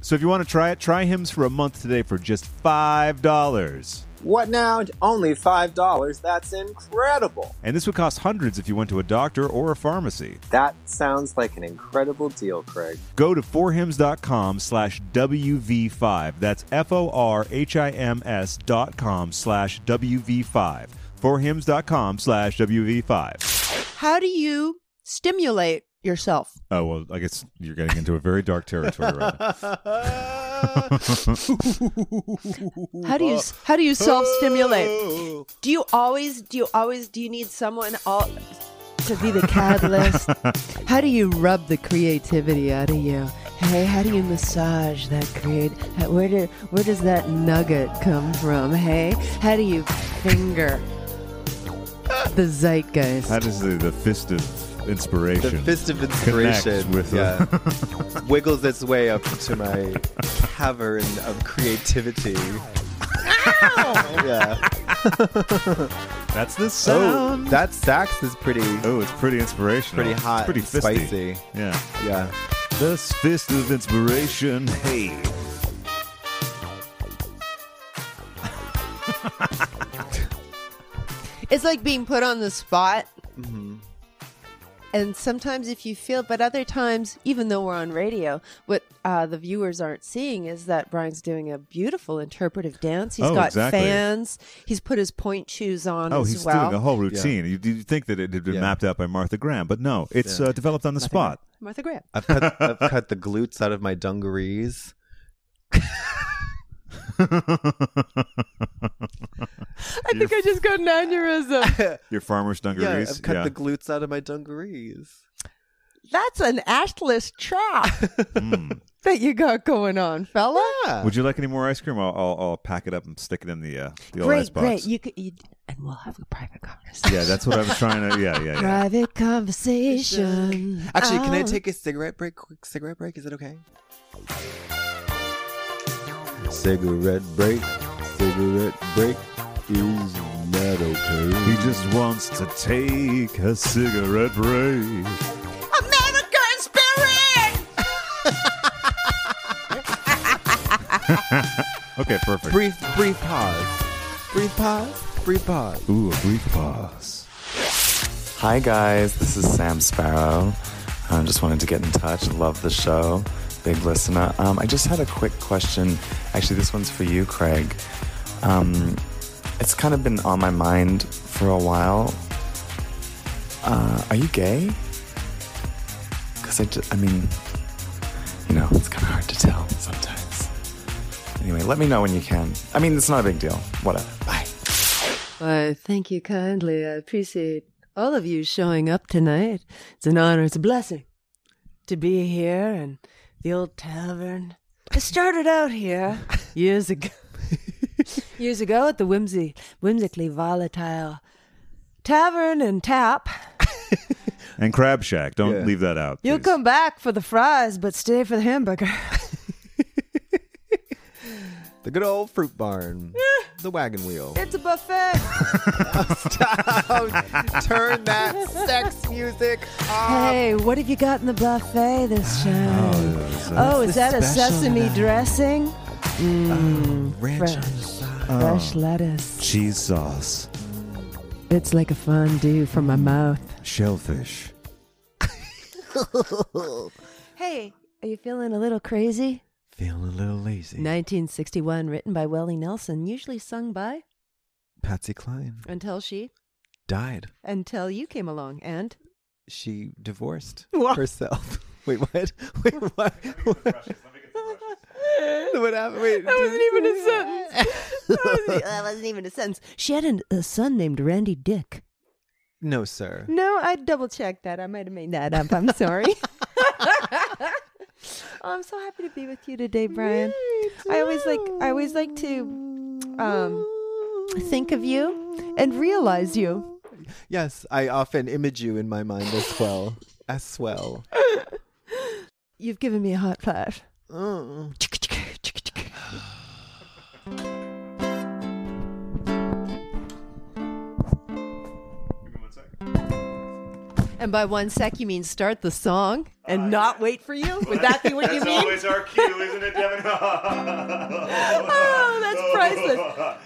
A: So if you want to try it, try hymns for a month today for just five dollars.
J: What now? Only $5. That's incredible.
A: And this would cost hundreds if you went to a doctor or a pharmacy.
J: That sounds like an incredible deal, Craig.
A: Go to forhims.com slash WV5. That's F-O-R-H-I-M-S dot com slash WV5. Forhims.com slash WV5.
D: How do you stimulate yourself?
A: Oh, well, I guess you're getting into a very dark territory right now.
D: How do you how do you self stimulate? Do you always do you always do you need someone all to be the catalyst? [laughs] how do you rub the creativity out of you? Hey, how do you massage that create? how- Where do where does that nugget come from? Hey, how do you finger the zeitgeist?
A: That is the, the fist of inspiration.
F: The fist of inspiration
A: Connects with
F: yeah.
A: the-
K: [laughs]
F: wiggles its way up to my cavern of creativity. yeah.
A: that's the
F: Oh,
A: sound.
F: that sax is pretty.
A: Oh, it's pretty inspirational.
F: Pretty hot.
A: It's pretty
F: and
A: fisty.
F: spicy.
A: Yeah.
F: Yeah.
A: The fist of inspiration. Hey.
D: It's like being put on the spot.
A: Mm-hmm.
D: And sometimes if you feel, but other times, even though we're on radio, what uh, the viewers aren't seeing is that Brian's doing a beautiful interpretive dance. He's
A: Oh,
D: got
A: exactly.
D: fans. He's put his point shoes on
A: Oh,
D: as
A: he's
D: well.
A: doing a whole routine. You'd, you'd think that it had been mapped out by Martha Graham, but no, it's
F: Yeah.
A: uh, developed on the spot.
D: Martha Graham.
F: I've cut, I've cut the glutes out of my dungarees.
D: I think I just got
A: [laughs]
D: an aneurysm.
A: Your farmer's dungarees.
F: Yeah, I've cut the glutes out of my dungarees.
D: That's an ashless
A: [laughs]
D: trap
A: Hmm.
D: that you got going on, fella.
A: Would you like any more ice cream? I'll, I'll, I'll pack it up and stick it in the uh, the old ice
D: great,
A: box.
D: great. You could, you, and we'll have a private conversation.
A: Yeah, that's what I was trying to. Yeah, yeah, yeah.
D: Private conversation.
F: Actually, can I
D: Oh.
F: take a cigarette break? Quick cigarette break? Is it okay? Cigarette break. Cigarette break. Is not okay.
A: He just wants to take a cigarette break.
L: American spirit!
A: [laughs] okay, perfect.
F: Brief, brief pause. Brief pause. Brief pause.
A: Ooh, a brief pause.
K: Hi guys, this is Sam Sparrow. Um, just wanted to get in touch. Love the show. Big listener. Um, I just had a quick question. Actually, this one's for you, Craig. Um, it's kind of been on my mind for a while. Uh, are you gay? Because I, ju- I mean, you know, it's kind of hard to tell sometimes. Anyway, let me know when you can. I mean, it's not a big deal. Whatever. Bye.
D: Why, thank you kindly. I appreciate all of you showing up tonight. It's an honor, it's a blessing to be here and the old tavern. I started out here years ago. [laughs] years ago at the whimsy, whimsically volatile tavern and tap.
A: And Crab Shack. Don't leave that out.
D: You'll come back for the fries, but stay for the hamburger. [laughs]
F: The good old fruit barn. the wagon wheel.
D: It's a buffet.
F: [laughs] Turn that sex music off.
D: Hey, what have you got in the buffet this time?
F: Oh,
D: Oh, is that a Uh, sesame dressing? Mm,
F: ranch
D: fresh,
F: on
D: fresh lettuce.
A: Cheese sauce.
D: It's like a fondue from my mouth.
A: Shellfish.
D: Hey, are you feeling a little crazy?
F: Feeling a little lazy.
D: 1961, written by Willie Nelson, usually sung by
F: Patsy Cline
D: until she,
F: died.
D: until you came along, and
F: She divorced
D: What?
F: herself. [laughs] Wait, what? Wait, what? what happened? Wait,
D: that wasn't even a sentence. [laughs] that, wasn't, that wasn't even a sentence. She had an, a son named Randy Dick.
F: no, sir.
D: [laughs] No, I double checked that. I might have made that up. I'm sorry. Oh, I'm so happy to be with you today, Brian. I always like I always like to um, think of you and realize you.
F: Yes, I often image you in my mind as well. As well.
D: You've given me a hot flash. Mm. And by one sec, you mean start the song and not wait for you? Would that be what you
H: That's
D: mean?
H: always our cue, isn't it, Devin? [laughs] oh,
D: that's priceless.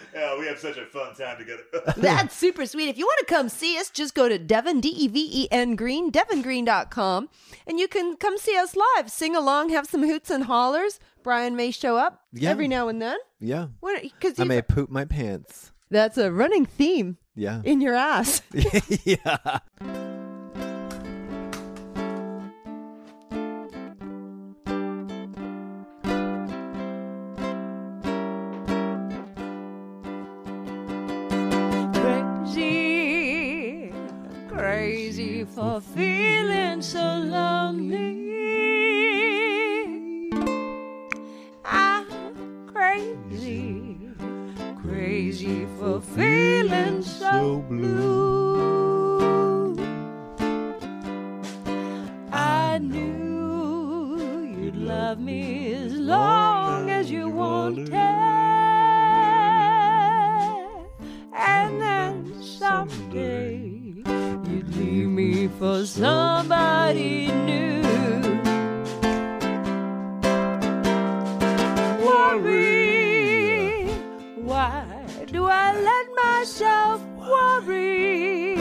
H: [laughs] yeah, we have such a fun time together. [laughs]
D: That's super sweet. If you want to come see us, just go to Devon, D E V E N Green, DevonGreen.com, and you can come see us live, sing along, have some hoots and hollers. Brian may show up
F: Yeah.
D: every now and then.
F: Yeah.
D: What? Because
F: I may poop my pants.
D: that's a running theme
F: Yeah.
D: in your ass.
F: [laughs] yeah.
C: crazy, crazy for feeling so lonely. I'm crazy, crazy for feeling so blue. I knew you'd love me as long as you wanted. And then someday you'd leave me for somebody new. Worry, why do I let myself worry?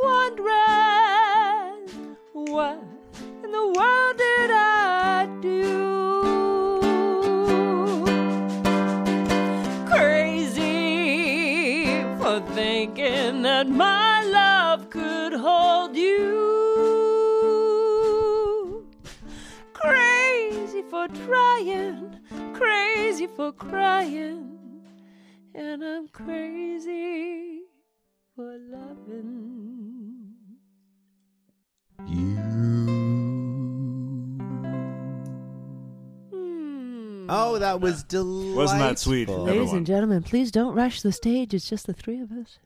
C: Wondering what in the world did I do? crazy for thinking that my love could hold you. Crazy for trying, crazy for crying, and I'm crazy for loving.
B: Hmm.
F: Oh, that was delightful.
M: Wasn't that sweet,
D: Ladies and gentlemen, please don't rush the stage. It's just the three of us.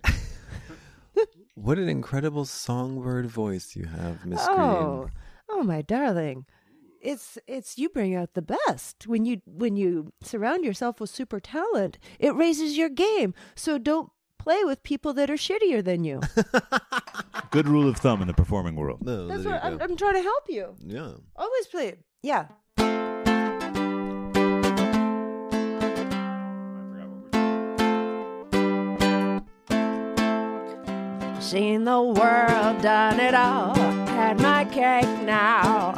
F: What an incredible songbird voice you have, Miss
D: Oh, oh my darling. It's it's you bring out the best when you when you surround yourself with super talent. It raises your game. So don't play with people that are shittier than you.
A: Good rule of thumb in the performing world.
F: No,
D: That's what I'm, I'm trying to help you.
F: Yeah.
D: Always play it. Yeah.
C: Seen the world, done it all. Had my cake now.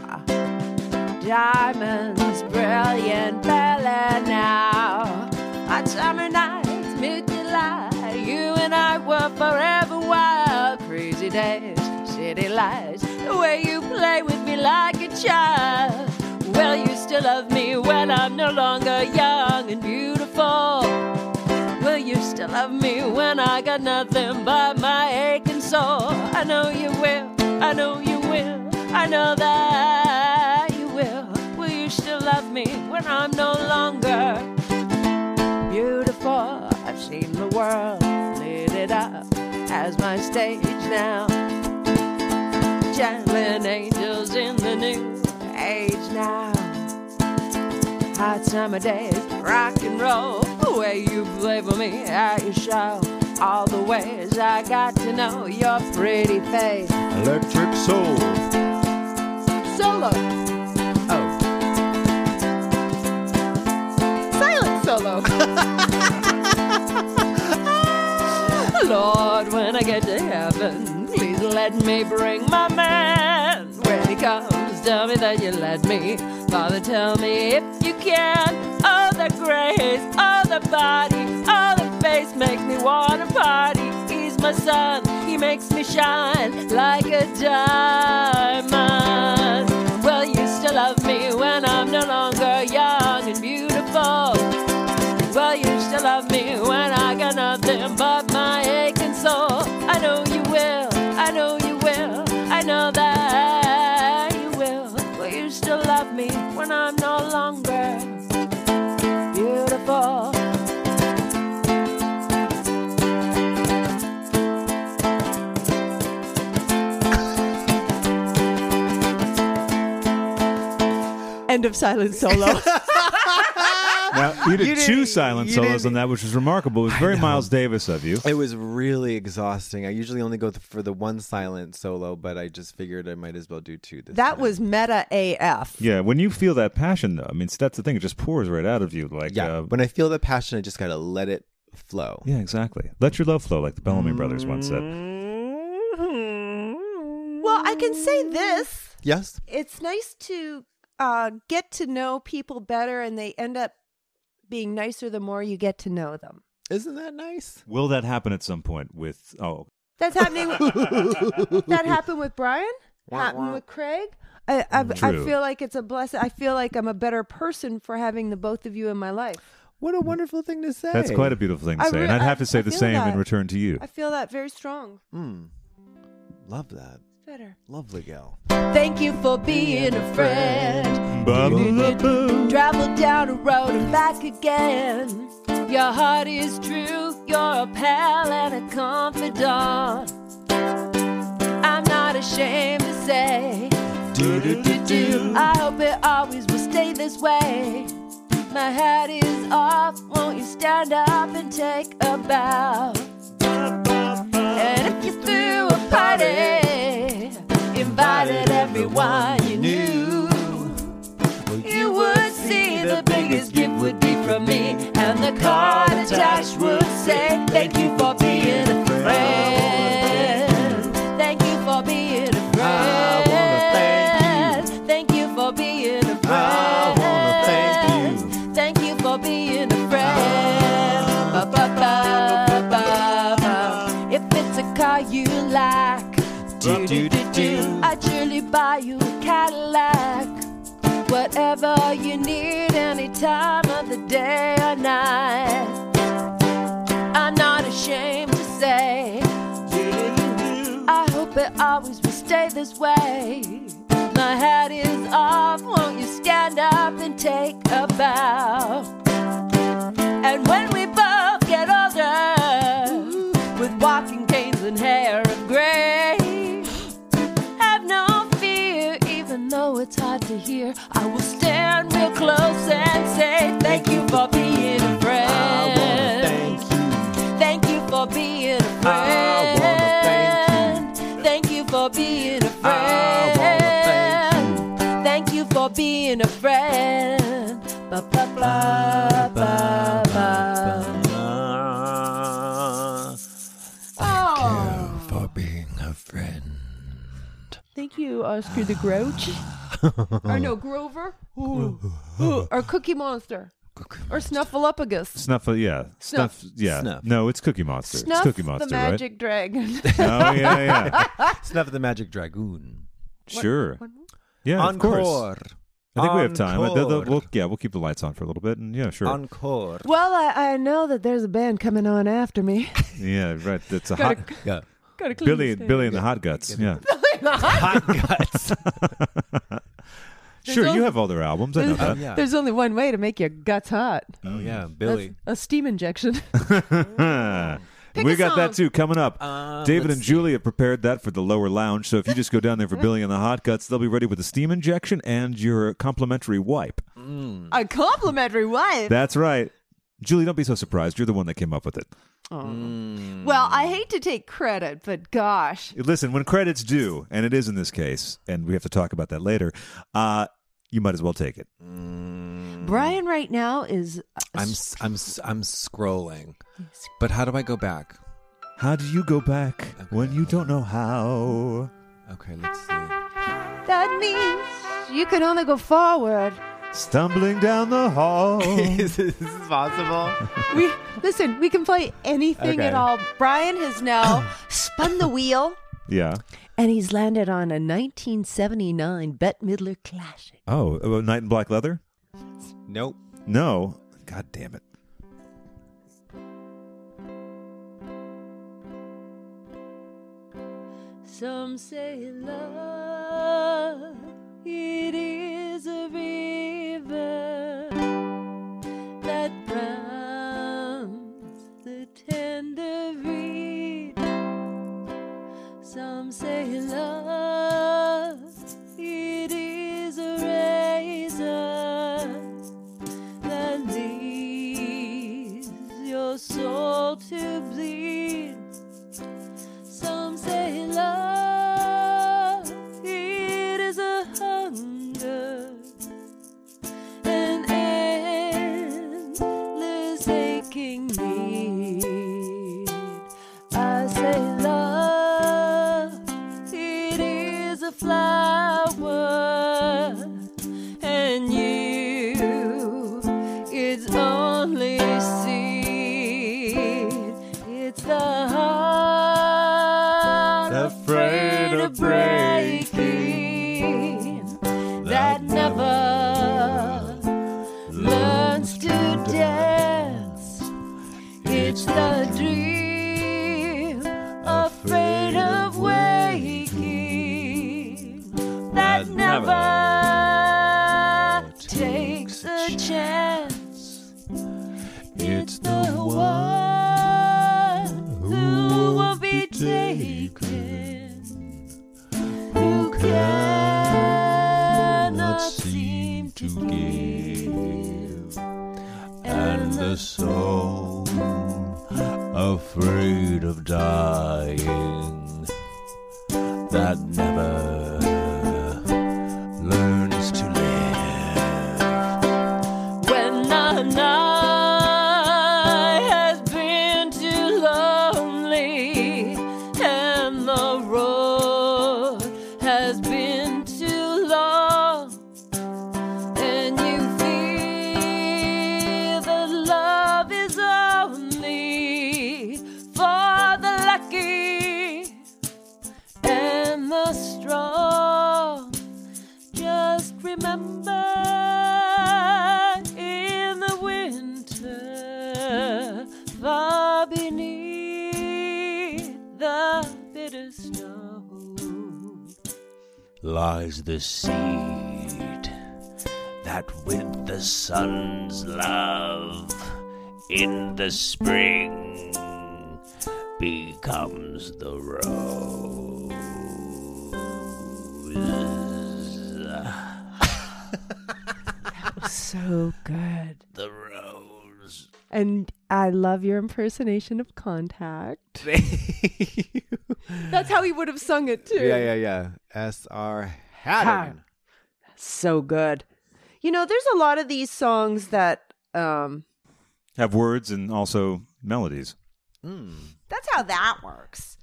C: Diamonds, brilliant belly now. Hot summer nights, mid July. You and I were forever wild. Crazy days, city lights. The way you play with me like a child. Will you still love me when I'm no longer young and beautiful? Will you still love me when I got nothing but my aching soul? I know you will, I know you will, I know that you will. Will you still love me when I'm no longer beautiful? I've seen the world lit it up as my stage now. Channeling angels in the new age now. Hot summer days, rock and roll. The way you play for me, how you show. All the ways I got to know your pretty face.
M: Electric Soul.
C: Solo.
M: Oh.
C: Silent solo. Lord, when I get to heaven, please let me bring my man. When he comes, tell me that you let me. Father, tell me if you can. Oh, the grace, oh, the body, oh, the face make me want to party. He's my son, he makes me shine like a diamond. Will you still love me when I'm no longer young and beautiful? Well, you still love me when I got nothing but my aching soul. I know you will, I know you will, I know that you will. me when I'm no longer beautiful.
D: End of silent solo.
A: Now, you did
F: You didn't-
A: two
D: e-
A: silent
F: you
A: solos on that, which was remarkable. It was very Miles Davis of you.
F: It was really exhausting. I usually only go th- for the one silent solo, but I just figured I might as well do two this
D: [laughs] that was meta AF.
A: Yeah, when you feel that passion, though, I mean, that's the thing. It just pours right out of you. Like,
F: Yeah,
A: uh,
F: when I feel the passion, I just gotta let it flow.
A: yeah, exactly. Let your love flow, like the Bellamy brothers once said.
D: Mm. Well, I can say this.
F: Yes.
D: It's nice to uh, get to know people better, and they end up being nicer the more you get to know them.
F: Isn't that nice?
A: Will that happen at some point? With oh,
D: That's
A: [laughs]
D: happening. With, that happened with Brian.
A: Wah,
D: happened
A: wah.
D: with Craig. I, I, I
A: True.
D: feel like it's a blessing. I feel like I'm a better person for having the both of you in my life.
F: What
D: Mm.
F: a wonderful thing to say.
A: that's quite a beautiful thing to
D: I
A: say,
D: re-
A: and I'd
D: I-
A: have to say
D: I
A: the
D: feel
A: same
D: that.
A: in return to you.
D: I feel that very strong.
F: Mm. Love that.
D: Better.
F: Lovely gal.
C: Thank you for being a friend.
A: Ba-ba-ba-boo.
C: Travel down a road and back again. Your heart is true, you're a pal and a confidant. I'm not ashamed to say, I hope it always will stay this way. My hat is off, won't you stand up and take a bow? And if you threw a party, invited everyone you knew. You would see the biggest gift would be from me, and the card attached would say, Thank you for being a friend. Thank you for being a friend. Thank you for being a friend. Thank you for being a friend. Ba, ba, ba, ba, ba. If it's a car you like, I'd surely buy you a Cadillac. Whatever you need, any time of the day or night. I'm not ashamed to say, I hope it always will stay this way. My hat is off, won't you stand up and take a bow? And when we both get older, with walking canes and hair of gray, have no fear, even though it's hard to hear. I will stand real close and say thank you for being a friend. Thank you. for being a friend. Thank you for being a friend. Thank you for being a friend. Ba, ba, ba, ba, ba.
D: Oh,
F: For being a friend.
D: thank you, Oscar the Grouch. [laughs] or no, Grover. Ooh. Ooh, Or Cookie Monster. Or Snuffleupagus.
A: Snuff, uh, yeah, snuff,
D: Snuff.
A: yeah.
F: Snuff.
A: No, it's Cookie Monster.
D: Snuff
A: it's Cookie Monster,
D: the magic dragon.
A: right? oh
D: [laughs]
A: yeah, yeah.
F: Snuff the Magic Dragoon.
A: [laughs] Sure. Yeah, of
F: Encore.
A: course. I think we have time. Uh, the- the-
F: Encore.
A: we'll, yeah, we'll keep the lights on for a little bit, and yeah, sure.
F: Encore.
D: Well, I, I know that there's a band coming on after me.
A: Yeah, right. That's a hot.
D: Gotta-
F: yeah.
D: [laughs] gotta clean
A: Billy,
D: the stage.
A: Billy and the Hot Guts. Yeah.
D: Hot
A: Guts. sure,
D: There's
A: you
D: al-
A: have all their albums. I know
D: there's,
A: that.
D: there's only one way to make your guts hot.
F: Oh yeah,
D: That's a
A: [laughs]
D: steam injection. Pick
A: we
D: a
A: got that
D: song.
A: too coming up.
D: Um,
A: David
D: let's
A: and Julie have prepared that for the lower lounge. So if you just go down there for Billy and the Hot Guts, they'll be ready with a steam injection and your complimentary wipe.
D: A complimentary wife.
A: That's right. Julie, don't be so surprised. You're the one that came up with it.
D: Oh.
A: Mm.
D: Well, I hate to take credit, but gosh.
A: Listen, when credit's due, and it is in this case, and we have to talk about that later, uh, you might as well take it.
D: Brian right now is uh,
F: I'm s- I'm s- I'm scrolling, but how do I go back?
A: How do you go back when you don't know how?
F: Okay, let's see.
D: That means you can only go forward.
A: Stumbling down the
M: [laughs]
A: hall.
F: is this possible?
D: We listen, we can play anything
A: Okay.
D: at all. Brian has
F: [clears throat]
D: now spun the wheel
A: Yeah.
D: and he's landed on a 1979 Bette Midler clash.
A: Oh, uh, Knight in Black Leather?
F: Nope.
A: No. God damn it.
C: Some say love it is is a river that drowns the tender reed. Some say love, it is a razor that leaves your soul to bleed. Some say love, it is a hunger, an endless aching need. I say love, it is a flower, and you, it's only seed. It's the heart afraid of breaking that never learns to dance. It's the dream afraid of waking that never takes a chance. It's the one who will be taken, who cannot seem to give,
M: and the soul afraid of dying that never learns to
C: when the night has been too lonely and the road has been too long and you feel that love is only for the lucky and the strong just remember in the winter, far beneath the bitter snow,
M: lies the seed that with the sun's love in the spring becomes the rose.
D: That was so good.
M: The rose.
D: And I love your impersonation of
F: [laughs]
D: contact. That's how he would have sung it too.
F: Yeah, yeah, yeah. S.R. Haddon.
D: So good. You know, there's a lot of these songs that um
A: Have words and also melodies.
D: That's how that works.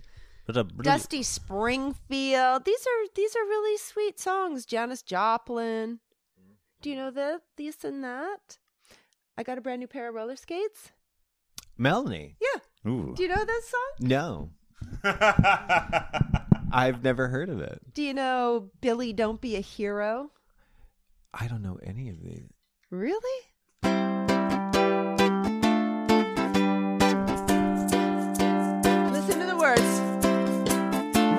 M: uh,
D: Dusty Springfield. These are these are really sweet songs. Janis Joplin. Do
C: Mm-hmm.
D: you know the this and that? I got a brand new pair of roller skates.
F: Melanie.
D: Yeah.
F: Ooh.
D: Do you know that song?
F: No. I've never heard of it.
D: Do you know Billy Don't Be a Hero?
F: I don't know any of these.
D: Really?
C: Listen to the words.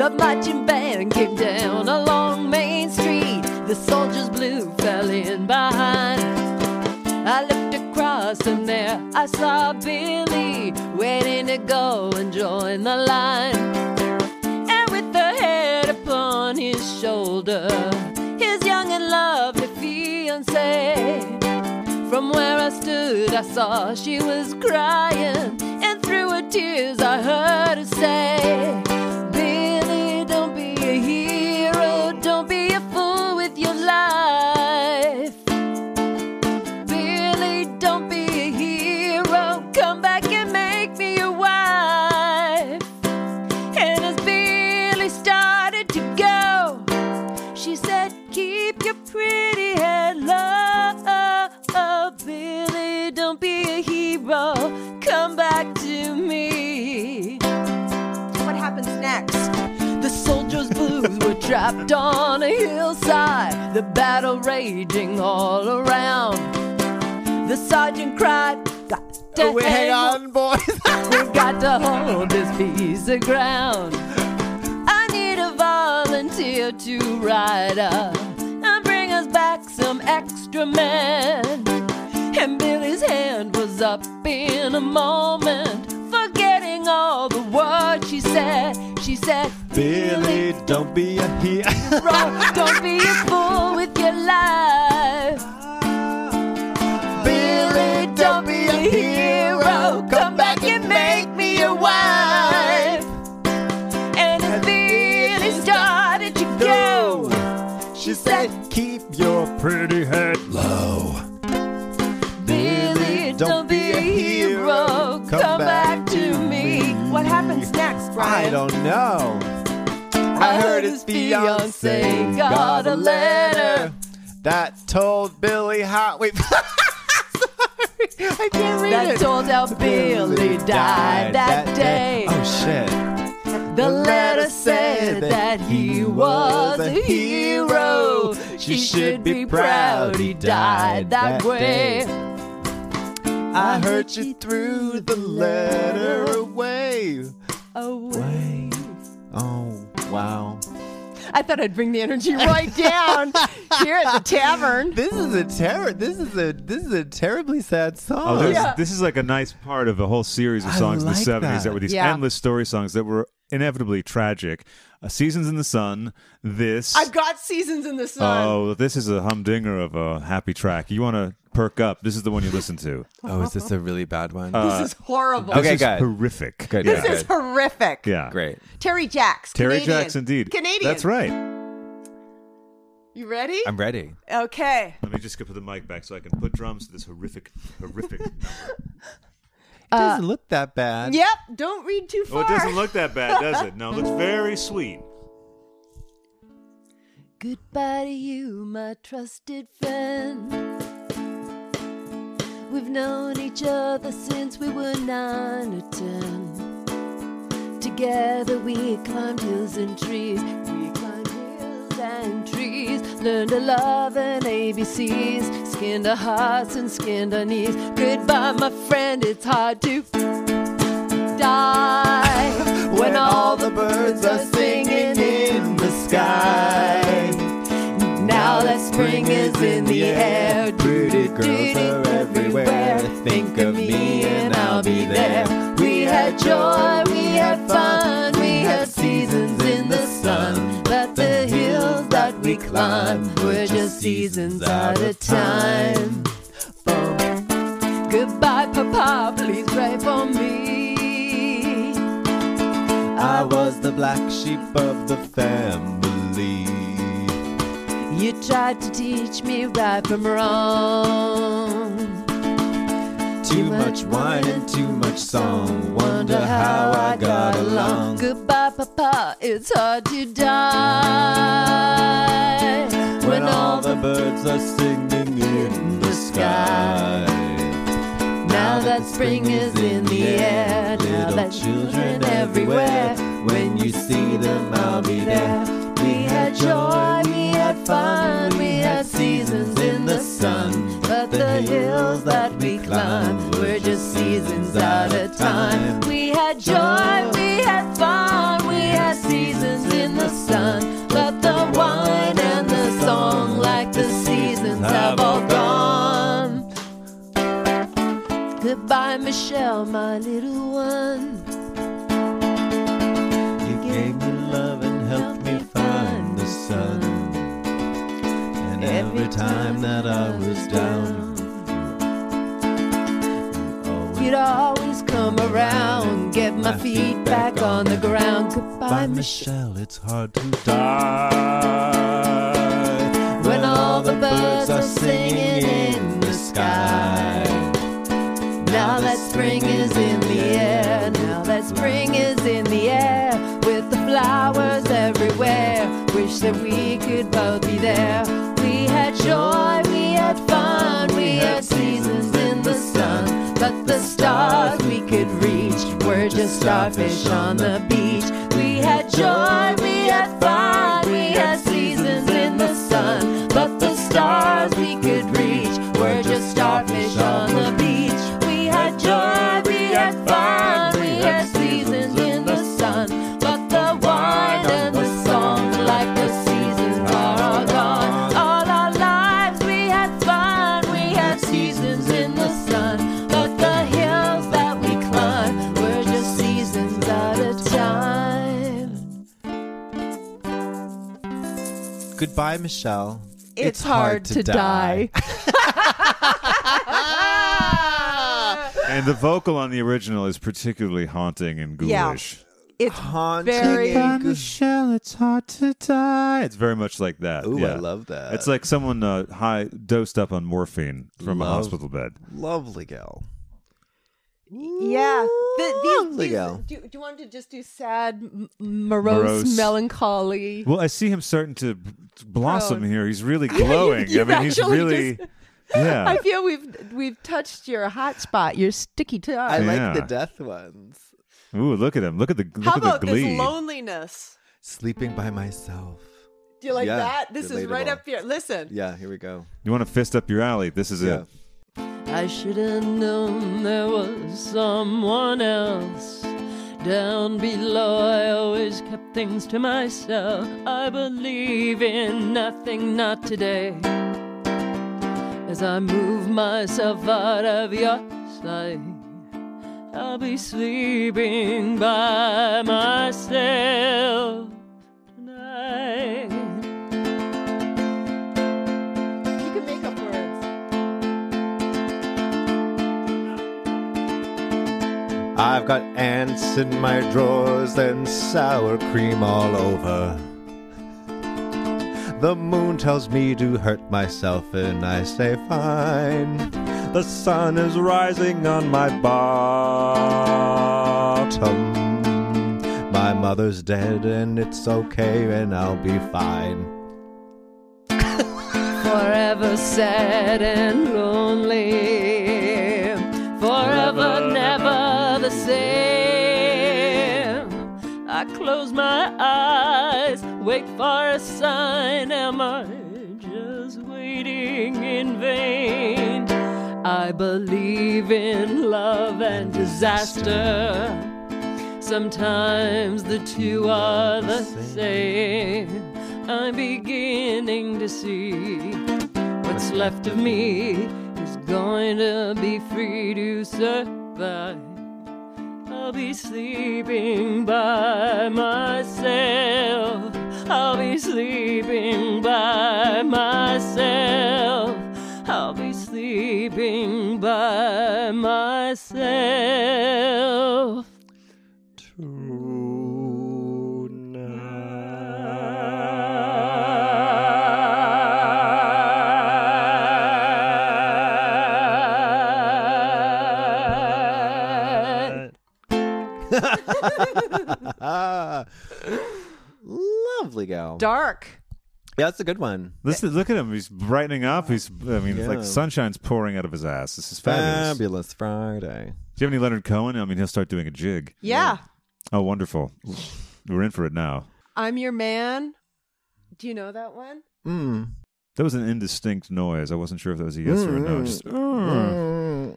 C: The marching band came down along Main Street. The soldiers blue fell in behind. I looked across and there I saw Billy waiting to go and join the line. And with the head upon his shoulder, his young and lovely fiancée. From where I stood, I saw she was crying, and through her tears, I heard her say, Billy, don't be a hero, don't be a fool with your life. Billy, don't be a hero, come back and make me your wife. And as Billy started to go, she said, Keep your pretty head low, Billy. Don't be a hero. Come back to me. What happens next? The soldiers' blues were trapped on a hillside, the battle raging all around. The sergeant cried, Got to
L: Oh, wait, hang on,
C: boys. [laughs] We've got to hold this piece of ground. I need a volunteer to ride up and bring us back some extra man. And Billy's hand was up in a moment, forgetting all the words she said. She said,
N: Billy, don't be a he.
C: Rock, don't be a fool with your life. Billy, don't be a hero. Come back and make me your wife. And if Billy started to go,
N: she said, keep your pretty head low.
C: Billy, don't be a hero. Come back to me. What happens next, Brian?
F: I don't know.
C: I heard his fiance got a letter
F: that told Billy how. Wait. [laughs] I can't read
C: that
F: it.
C: told how Billy died that day.
F: Oh shit.
D: Oh.
C: The letter said that he was a hero. She should be proud he died that way.
F: I heard you threw the letter away.
C: Away.
F: Oh wow.
D: I thought I'd bring the
C: [laughs]
D: energy right down here at the tavern.
F: This is a terror. This is a this is a terribly sad
A: Oh,
F: song.
A: there's, this is like a nice part of a whole series of
F: I
A: songs in the
F: like
A: 70s that,
F: that.
A: were these
D: Yeah.
A: endless story songs that were inevitably tragic. Uh, Seasons in the Sun, this.
D: I've got seasons in the sun.
A: Oh, this is a humdinger of a happy track. You want to perk up. This is the one you listen to.
F: Oh, is this a really bad one?
A: Uh,
D: this is horrible.
A: This is horrific.
F: Good.
D: This is horrific.
A: Yeah. Great.
D: Terry Jacks.
A: Terry
D: Canadian.
A: Jacks, indeed.
D: Canadian.
A: That's right.
D: You ready?
A: I'm ready.
D: Okay.
A: Let me just get the mic back so I can put drums to this horrific,
D: [laughs]
A: horrific.
F: It doesn't look that bad.
D: Yep. Don't read too
A: oh,
D: far.
A: it doesn't look that bad, does it? No, it looks very sweet.
C: Goodbye to you, my trusted friend. We've known each other since we were nine or ten. Together we climbed hills and trees. We climbed hills and trees. Learned to love and ABCs. Skinned our hearts and skinned our knees. Goodbye, my friend. It's hard to die when all the birds are singing in the sky. Now that spring is in the air,
F: Pretty girls are everywhere. Think of me and I'll be there.
C: we had joy, we had fun, we had seasons in the sun. But the hills that we climb were just seasons at a time. Goodbye, Papa, please pray for me.
F: I was the black sheep of the family.
C: You tried to teach me right from wrong.
F: Too much wine and too much song. Wonder how I got along.
C: Goodbye, Papa, it's hard to die.
F: When all the birds are singing in the sky.
C: Now that spring is in the air, now
F: Little
C: that
F: children
C: everywhere.
F: everywhere. When you see them, I'll be there.
C: We had joy, we had fun, we had seasons in the sun. But the hills that we climbed were just seasons at a time. We had joy, we had fun, we had seasons in the sun. But the wine and the song, like the seasons, have all gone. Goodbye, Michelle, my little one.
F: You gave me love and helped me find the sun. And every time that I was down,
C: You'd always come around, get my feet back on the ground.
F: by
C: Goodbye,
F: Michelle, it's hard to die.
C: When all the birds are singing
F: in the sky.
C: Now that spring is in the air, now that spring is in the air, with the flowers everywhere. Wish that we could both be there. We had joy, we had fun, we had seasons in the sun. But the stars we could reach were just starfish on the beach. We had joy, we had fun, we had seasons in the sun. But the stars we could reach were just starfish on the beach. We had joy, we had fun, we had seasons in the sun. But the wine and the song, like the seasons are all gone. All our lives we
F: Goodbye, Michelle.
D: It's, hard, to, die.
A: [laughs] And the vocal on the original is particularly haunting and ghoulish.
D: It's
F: haunting.
D: [laughs] Very
A: Goodbye, Michelle. It's hard to die. It's very much like that.
F: Ooh, I
A: yeah.
F: love that.
A: It's like someone uh, high dosed up on morphine from a
F: Love-
A: hospital bed.
F: Lovely gal.
D: Yeah. The- these-
F: Lovely
D: these-
F: gal.
D: do, do you want to just do sad, m- morose,
A: Morose.
D: melancholy?
A: Well, I see him starting to b- blossom
D: Prone.
A: here. He's
D: [laughs]
A: really glowing.
D: You've
A: I mean, he's
D: Oh. actually
A: really.
D: just-
A: [laughs] Yeah.
D: I feel we've we've touched your hot spot, your sticky toe.
F: I
A: Yeah.
F: like the death ones.
A: Ooh, look at him. Look at the, look
D: How
A: at the
D: about
A: glee.
D: this loneliness?
F: Sleeping by myself.
D: Do you like
F: Yeah,
D: that? This is right
F: relatable.
D: up here. Listen.
F: Yeah, here we go.
A: you want to fist up your alley. This is it.
C: I should have known there was someone else down below. I always kept things to myself. I believe in nothing, not today. As I move myself out of your sight, I'll be sleeping by myself tonight.
D: You can make up words.
F: I've got ants in my drawers and sour cream all over. The moon tells me to hurt myself, and I say fine. The sun is rising on my bottom. My mother's dead, and it's okay, and I'll be fine. [laughs]
C: Forever sad and lonely. Forever never the same. I close my eyes, wait for a sign. Am I just waiting in vain? I believe in love and disaster. Sometimes the two are the same. I'm beginning to see what's left of me is going to be free to survive. I'll be sleeping by myself. I'll be sleeping by myself. I'll be sleeping by myself.
F: Lovely gal.
D: Dark.
F: Yeah, that's a good one.
A: Listen, look at him. He's brightening up. He's, I mean, it's
F: Yeah.
A: like sunshine's pouring out of his ass. This is fabulous.
F: Fabulous Friday.
A: Do you have any Leonard Cohen? I mean, he'll start doing a jig.
D: Yeah.
A: Oh, wonderful. We're in for it now.
D: I'm your man. Do you know that one?
A: Mm. That was an indistinct noise. I wasn't sure if that was a yes or a no. Just, "Oh, mm.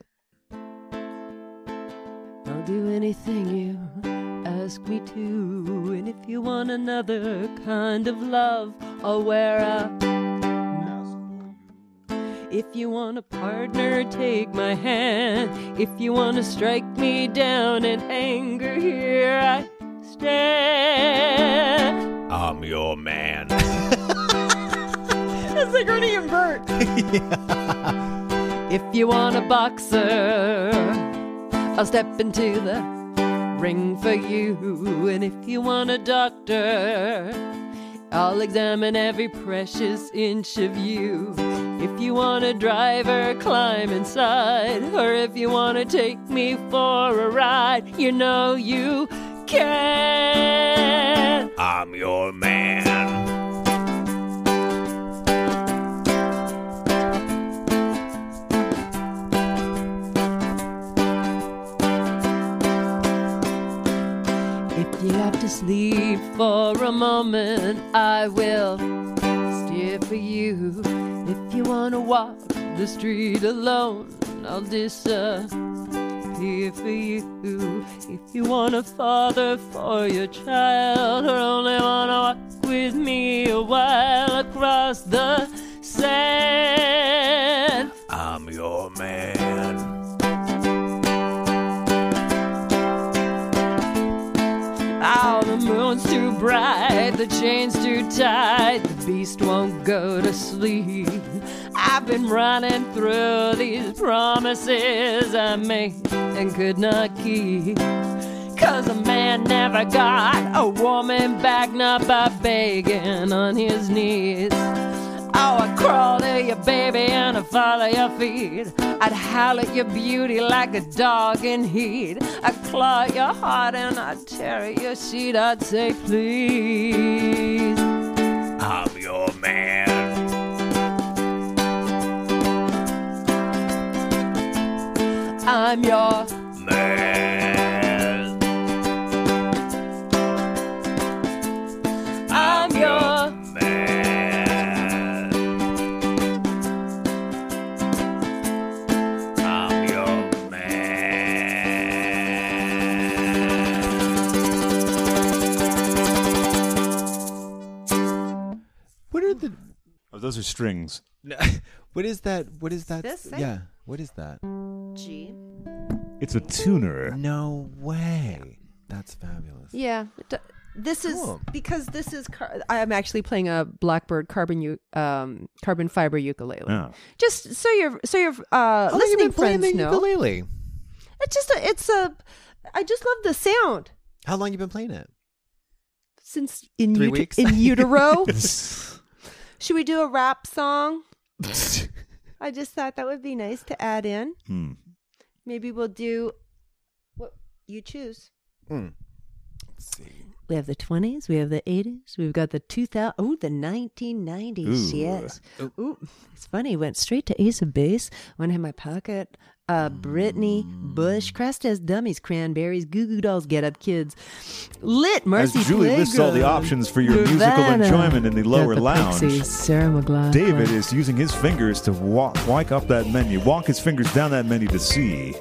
C: I'll do anything you ask me to. And if you want another kind of love, I'll wear a. If you want a partner, take my hand. If you want to strike me down in anger, here I stand.
M: I'm your
C: [laughs]
M: man.
C: That's like Ernie and
M: [laughs]
C: Bert. If you want a boxer, I'll step into the ring for you. And if you want a doctor, I'll examine every precious inch of you. If you want a driver, climb inside. Or if you want to take me for a ride, you know you can.
M: I'm your man.
C: If you have to sleep for a moment, I will steer for you. If you want to walk the street alone, I'll disappear for you. If you want a father for your child, or only want to walk with me a while across the sand,
M: I'm your man.
C: How the moon stone's too bright, the chain's too tight, the beast won't go to sleep. I've been running through these promises I made and could not keep. Cause a man never got a woman back, not by begging on his knees. Oh, I'd crawl to you, baby, and I'd follow your feet. I'd howl at your beauty like a dog in heat. I'd claw at your heart and I'd tear at your sheet. I'd say, please.
M: I'm your man.
C: I'm your
M: Man.
C: I'm your
M: man. I'm your
F: What are the?
A: Oh, those are strings.
F: [laughs] What is that? What is that?
D: This thing?
F: yeah. What is that?
D: G.
A: It's a tuner.
F: Mm. No way. That's fabulous.
D: Yeah. it do- This is
F: Cool.
D: because this is car- I'm actually playing a Blackbird carbon u- um carbon fiber ukulele.
A: Oh.
D: Just so your so your uh
F: Oh, you've
D: listening
F: been playing
D: friends
F: the
D: know.
F: ukulele.
D: It's just a it's a I just love the sound
F: How long you been playing it?
D: since in
F: Three
D: ut-
F: weeks?
D: in
F: [laughs]
D: utero. [laughs] Should we do a rap song? I just thought that would be nice to add in.
A: Hmm.
D: Maybe we'll do what you choose.
A: Hmm.
F: Mm.
D: We have the 20s, we have the 80s, we've got the 2000, oh, the 1990s,
C: Ooh.
D: yes.
A: Oh.
D: Ooh, it's funny, went straight to Ace of Base, went in my pocket. Uh, Britney,
A: Hmm.
D: Bush, Crest as Dummies, Cranberries, Goo Goo Dolls, Get Up Kids, Lit, Mercy
A: As Julie lists all the
D: Playground,
A: options for your musical
D: Nirvana,
A: enjoyment in the lower
D: the
A: lounge,
D: Pixies, Sarah McLachlan.
A: David is using his fingers to walk, walk up that menu, walk his fingers down that menu to see.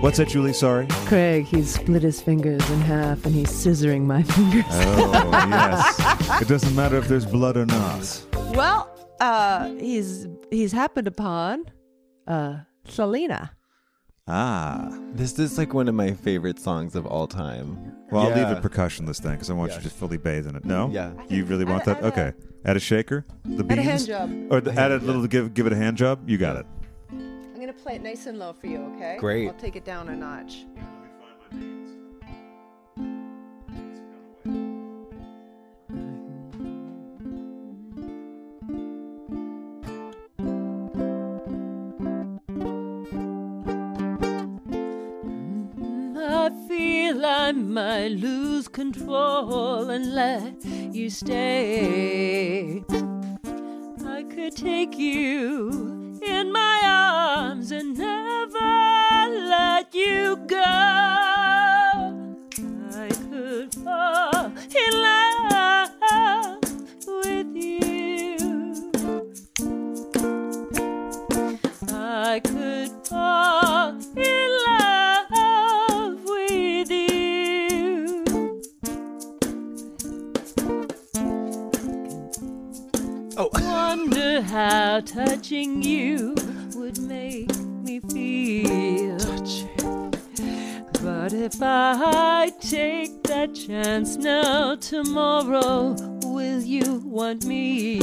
A: What's that, Julie? Sorry.
D: Craig, he's split his fingers in half and he's scissoring my [laughs] fingers.
A: Oh, yes. It doesn't matter if there's blood or not.
D: Well, uh, he's he's happened upon uh Selena.
A: Ah.
F: This is like one of my favorite songs of all time.
A: Well,
F: Yeah.
A: I'll leave it percussionless then because I want you to fully bathe in it. No?
F: Yeah.
A: You really want that? okay. Add a shaker? The
D: Add
A: beans?
D: a hand job.
A: Or the, add a little, give, give it a hand job? You got it.
D: I'm gonna play it nice and low for you, okay?
A: Great.
D: I'll take it down a notch.
C: I feel I might lose control unless you stay. I could take you in my arms and never let you go. I could fall in love with you. I could fall in love with you.
F: Oh.
C: Wonder how touching you would make me feel. But if I take that chance now, tomorrow, will you want me?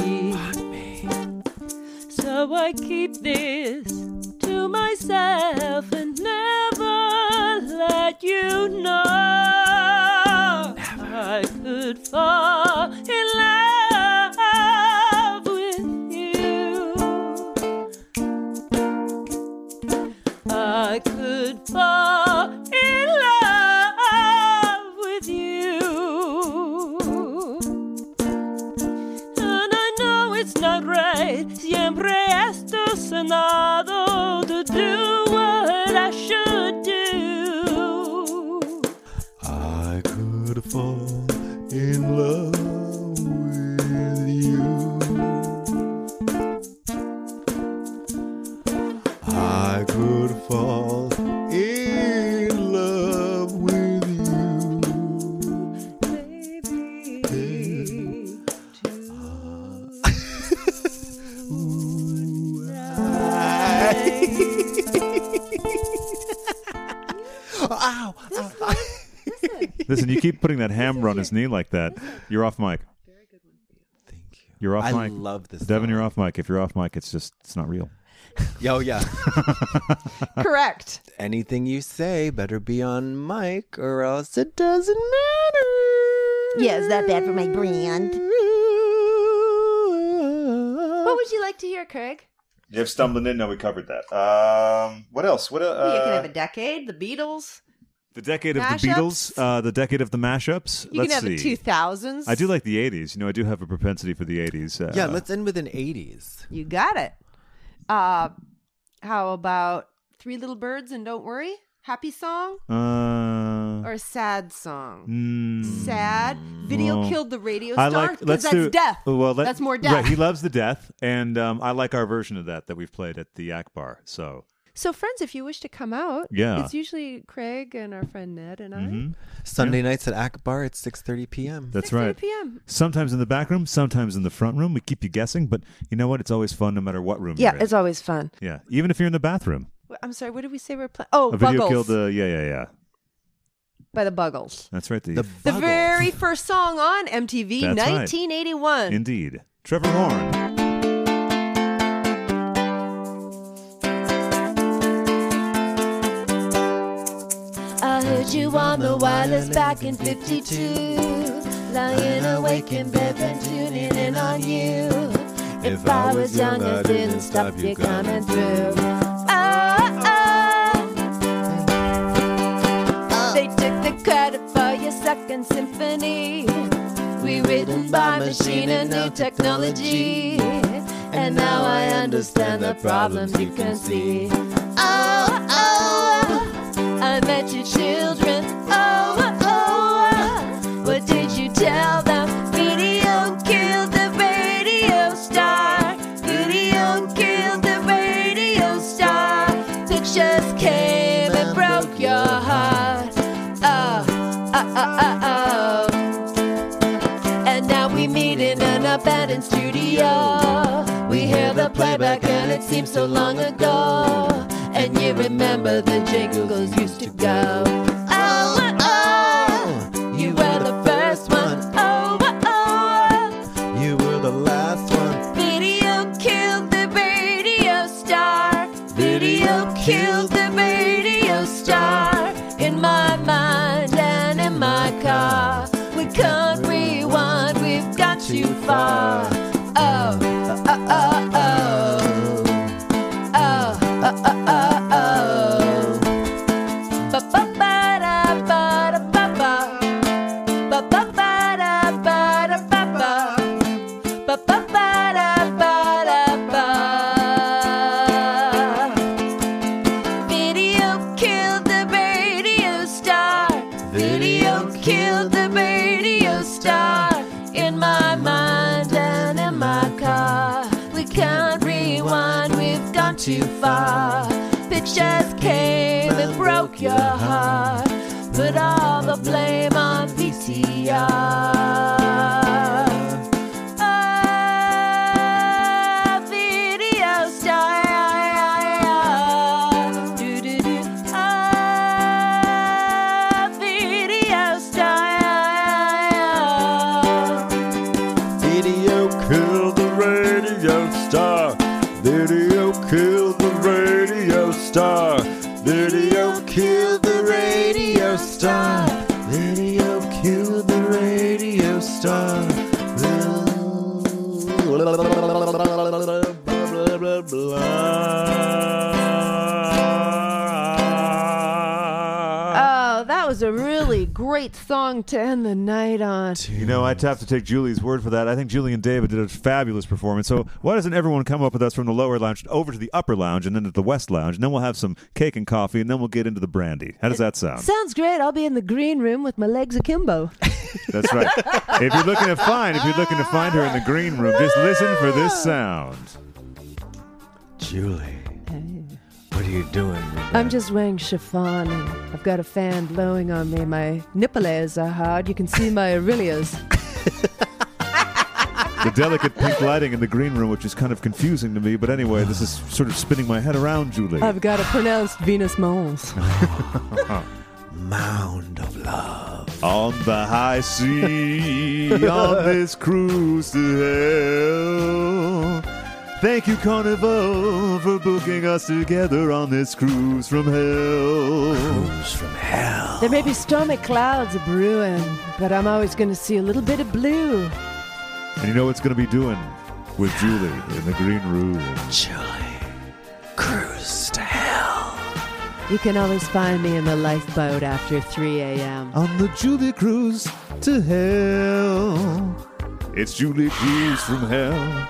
C: So I keep this to myself and never let you know. I could fall in uh, love with you. I could fall in love with you. And I know it's not right. Siempre estoy cenado to do what I should do.
N: I could fall in love with you. I could fall in love with you. Baby. [laughs]
F: Ow!
N: [laughs]
D: Listen,
A: Listen, you keep putting
D: [laughs]
A: that hammer on his knee like that. You're off mic. Thank you. You're off
F: I
A: mic.
F: love this
A: Devin, you're off mic. If you're off mic, it's just, it's not real.
F: Oh, yeah.
D: Correct.
F: Anything you say better be on mic or else it doesn't matter.
O: Yeah, is that bad for my brand?
C: What would you like to hear, Craig?
H: If stumbling in, no, we covered that. Um, what else? What? Uh,
C: Well, you can have a decade, the Beatles.
A: The decade of the
C: Mashups?
A: Beatles, uh, the decade of the mashups.
D: You
A: Let's
D: can have
A: see.
D: the two thousands.
A: I do like the 80s. You know, I do have a propensity for the 80s. Uh,
F: Yeah, let's end with
A: [laughs]
F: an 80s.
D: You got it. Uh, how about Three Little Birds and Don't Worry? Happy song
A: Uh,
D: or a sad song?
A: mm,
D: Sad. Video
A: well,
D: killed the radio
A: I
D: star.
A: like.
D: 'cause
A: Let's
D: that's
A: do oh.
D: death.
A: Well, let-
D: that's more death.
A: Right, he loves the death, and um, I like our version of that that we've played at the Akbar. So
D: so, friends, if you wish to come out,
A: Yeah. Mm-hmm.
D: it's usually Craig and our friend Ned and I.
F: Sunday nights at Akbar at 6.30 p.m.
A: That's right.
D: p.m..
A: Sometimes in the back room, sometimes in the front room. We keep you guessing, but you know what? It's always fun, no matter what room.
D: Yeah,
A: you're in.
D: it's always fun.
A: yeah. Even if you're in the bathroom,
D: Wh- I'm sorry. What did we say we're playing? Oh,
A: a video
D: Buggles
A: killed the. Yeah, yeah, yeah.
D: by the Buggles.
A: That's right. The, the
D: The very first song on MTV,
A: That's right.
D: 1981.
A: Indeed, Trevor Horn.
C: I heard you on the wireless back in 52. Lying awake in bed, then tuning in on you. If I was young, I didn't stop you coming through. Oh, oh. They took the credit for your second symphony. We written by machine and new technology. And now I understand the problems you can see. Oh, oh, I met your children. Oh, oh, what did you tell them? Video killed the radio star. Video killed the radio star. Pictures came and broke your heart. Oh, oh, oh, oh, oh. And now we meet in an abandoned studio. We hear the playback and it seems so long ago. And you remember the jingles used to go. Oh, oh, oh. You were the first one. Oh, oh, oh.
F: You were the last one.
C: Video killed the radio star. Video killed the radio star. In my mind and in my car. We can't rewind, we've got too far. Oh, oh, oh, oh. Oh, oh, oh, oh, oh. Ba-ba-ba-da-ba-da-ba-ba. Ba-ba-ba-da-ba-da-ba-ba. Ba-ba-ba-da-ba-da-ba. Video killed the radio star. Video killed the radio star. In my mind and in my car. We can't rewind, we've gone too far. Pictures came and broke your heart. Put all the blame on VCR. Video star. Do-do-do. Ah, Video star.
K: Video killed the radio star. Video killed the radio star. Video killed the radio star. Video killed the radio star.
D: Oh, that was a really great song to end the night on.
A: You know, I'd have to take Julie's word for that. I think Julie and David did a fabulous performance. So why doesn't everyone come up with us from the lower lounge over to the upper lounge and then to the west lounge, and then we'll have some cake and coffee, and then we'll get into the brandy. How does that
D: [laughs]
A: sound?
D: Sounds great. I'll be in the green room with my legs
A: [laughs]
D: akimbo.
A: That's right. if you're looking to find, if you're looking to find her in the green room, just listen for this sound.
K: Julie, what are you doing?
D: I'm just wearing chiffon. and I've got a fan blowing on me. My nipples are hard. You can see my aurelias.
A: The delicate pink lighting in the green room, which is kind of confusing to me, but anyway, this
D: Oh,
A: is sort of spinning my head around, Julie. [laughs]
D: I've got a pronounced Venus Mons.
F: mound of love.
A: On the high sea, on this cruise to hell. Thank you, Carnival, for booking us together on this cruise from hell. Cruise
F: from hell.
D: There may be stormy clouds a brewing, but I'm always going to see a little bit of blue.
A: And you know what's going to be doing with Julie in the green room.
F: Julie, cruise to hell.
D: You can always find me in the lifeboat after 3 a.m.
A: On the Julie Cruise to hell. It's Julie Cruise from hell.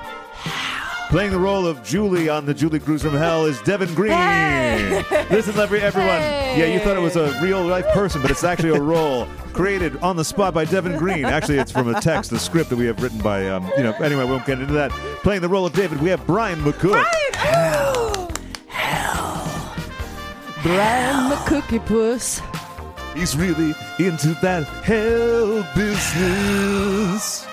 A: Playing the role of Julie on the Julie Cruise from Hell is Devin Green. Listen, every, everyone. Yeah, you thought it was a real life person, but it's actually a role created on the spot by Devin Green. Actually, it's from a text, the script that we have written by, um, you know, anyway, we won't get into that. Playing the role of David, we have Brian McCook.
D: Brian the Cookie Puss.
A: He's really into that hell business.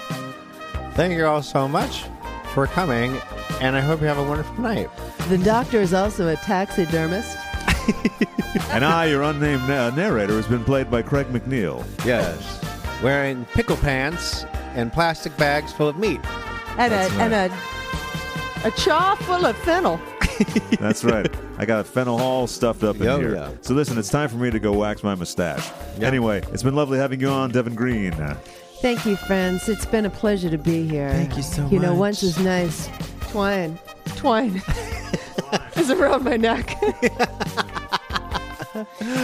F: Thank you all so much for coming, and I hope you have a wonderful night.
D: The doctor is also a taxidermist.
A: and I, your unnamed na- narrator, has been played by Craig McNeil.
F: Yes. Wearing pickle pants and plastic bags full of meat.
D: And, a, and a, a chaw full of fennel.
A: [laughs]
P: That's right. I got fennel all stuffed up in
F: Oh,
P: here.
F: yeah.
P: So listen, it's time for me to go wax my mustache.
A: Anyway, it's been lovely having you on, Devin Green.
D: Thank you, friends. It's been a pleasure to be here. Thank you so You know,
A: much.
D: once is nice. Twine.
F: [laughs]
D: Twine is around my neck.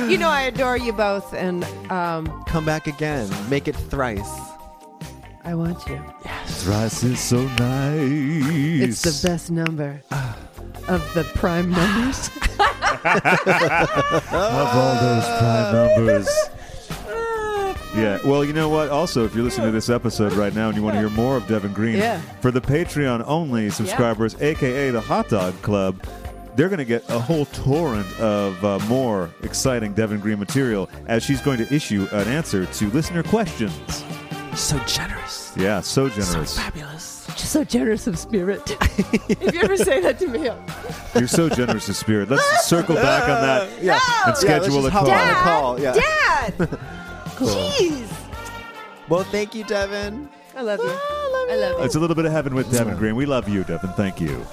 D: you know, I adore you both, and um,
F: Come back again. Make it thrice.
D: I want you.
A: Thrice is so nice.
D: It's the best number
F: Ah.
D: of the prime numbers.
A: of all those prime numbers. [laughs] Yeah. Well, you know what? Also, if you're listening to this episode right now and you want to hear more of Devin Green,
P: Yeah.
A: for the Patreon only subscribers, aka the Hot Dog Club, they're going to get a whole torrent of uh, more exciting Devin Green material as she's going to issue an answer to listener questions.
F: So generous.
A: Yeah, so generous.
F: Fabulous.
D: Just so generous of spirit. [laughs] if you ever say that to me, I'll-
A: You're so generous of spirit. Let's circle back on that
D: Yeah.
A: and
D: No! Yeah,
A: schedule
D: let's
A: a
D: just hop
A: call.
D: on a
F: call, yeah.
D: Dad.
F: [laughs]
A: Cool.
D: Jeez.
F: Well, thank you, Devin.
D: Ah, I love you. I love you.
A: It's a little bit of heaven with Devin Green. We love you, Devin. Thank you.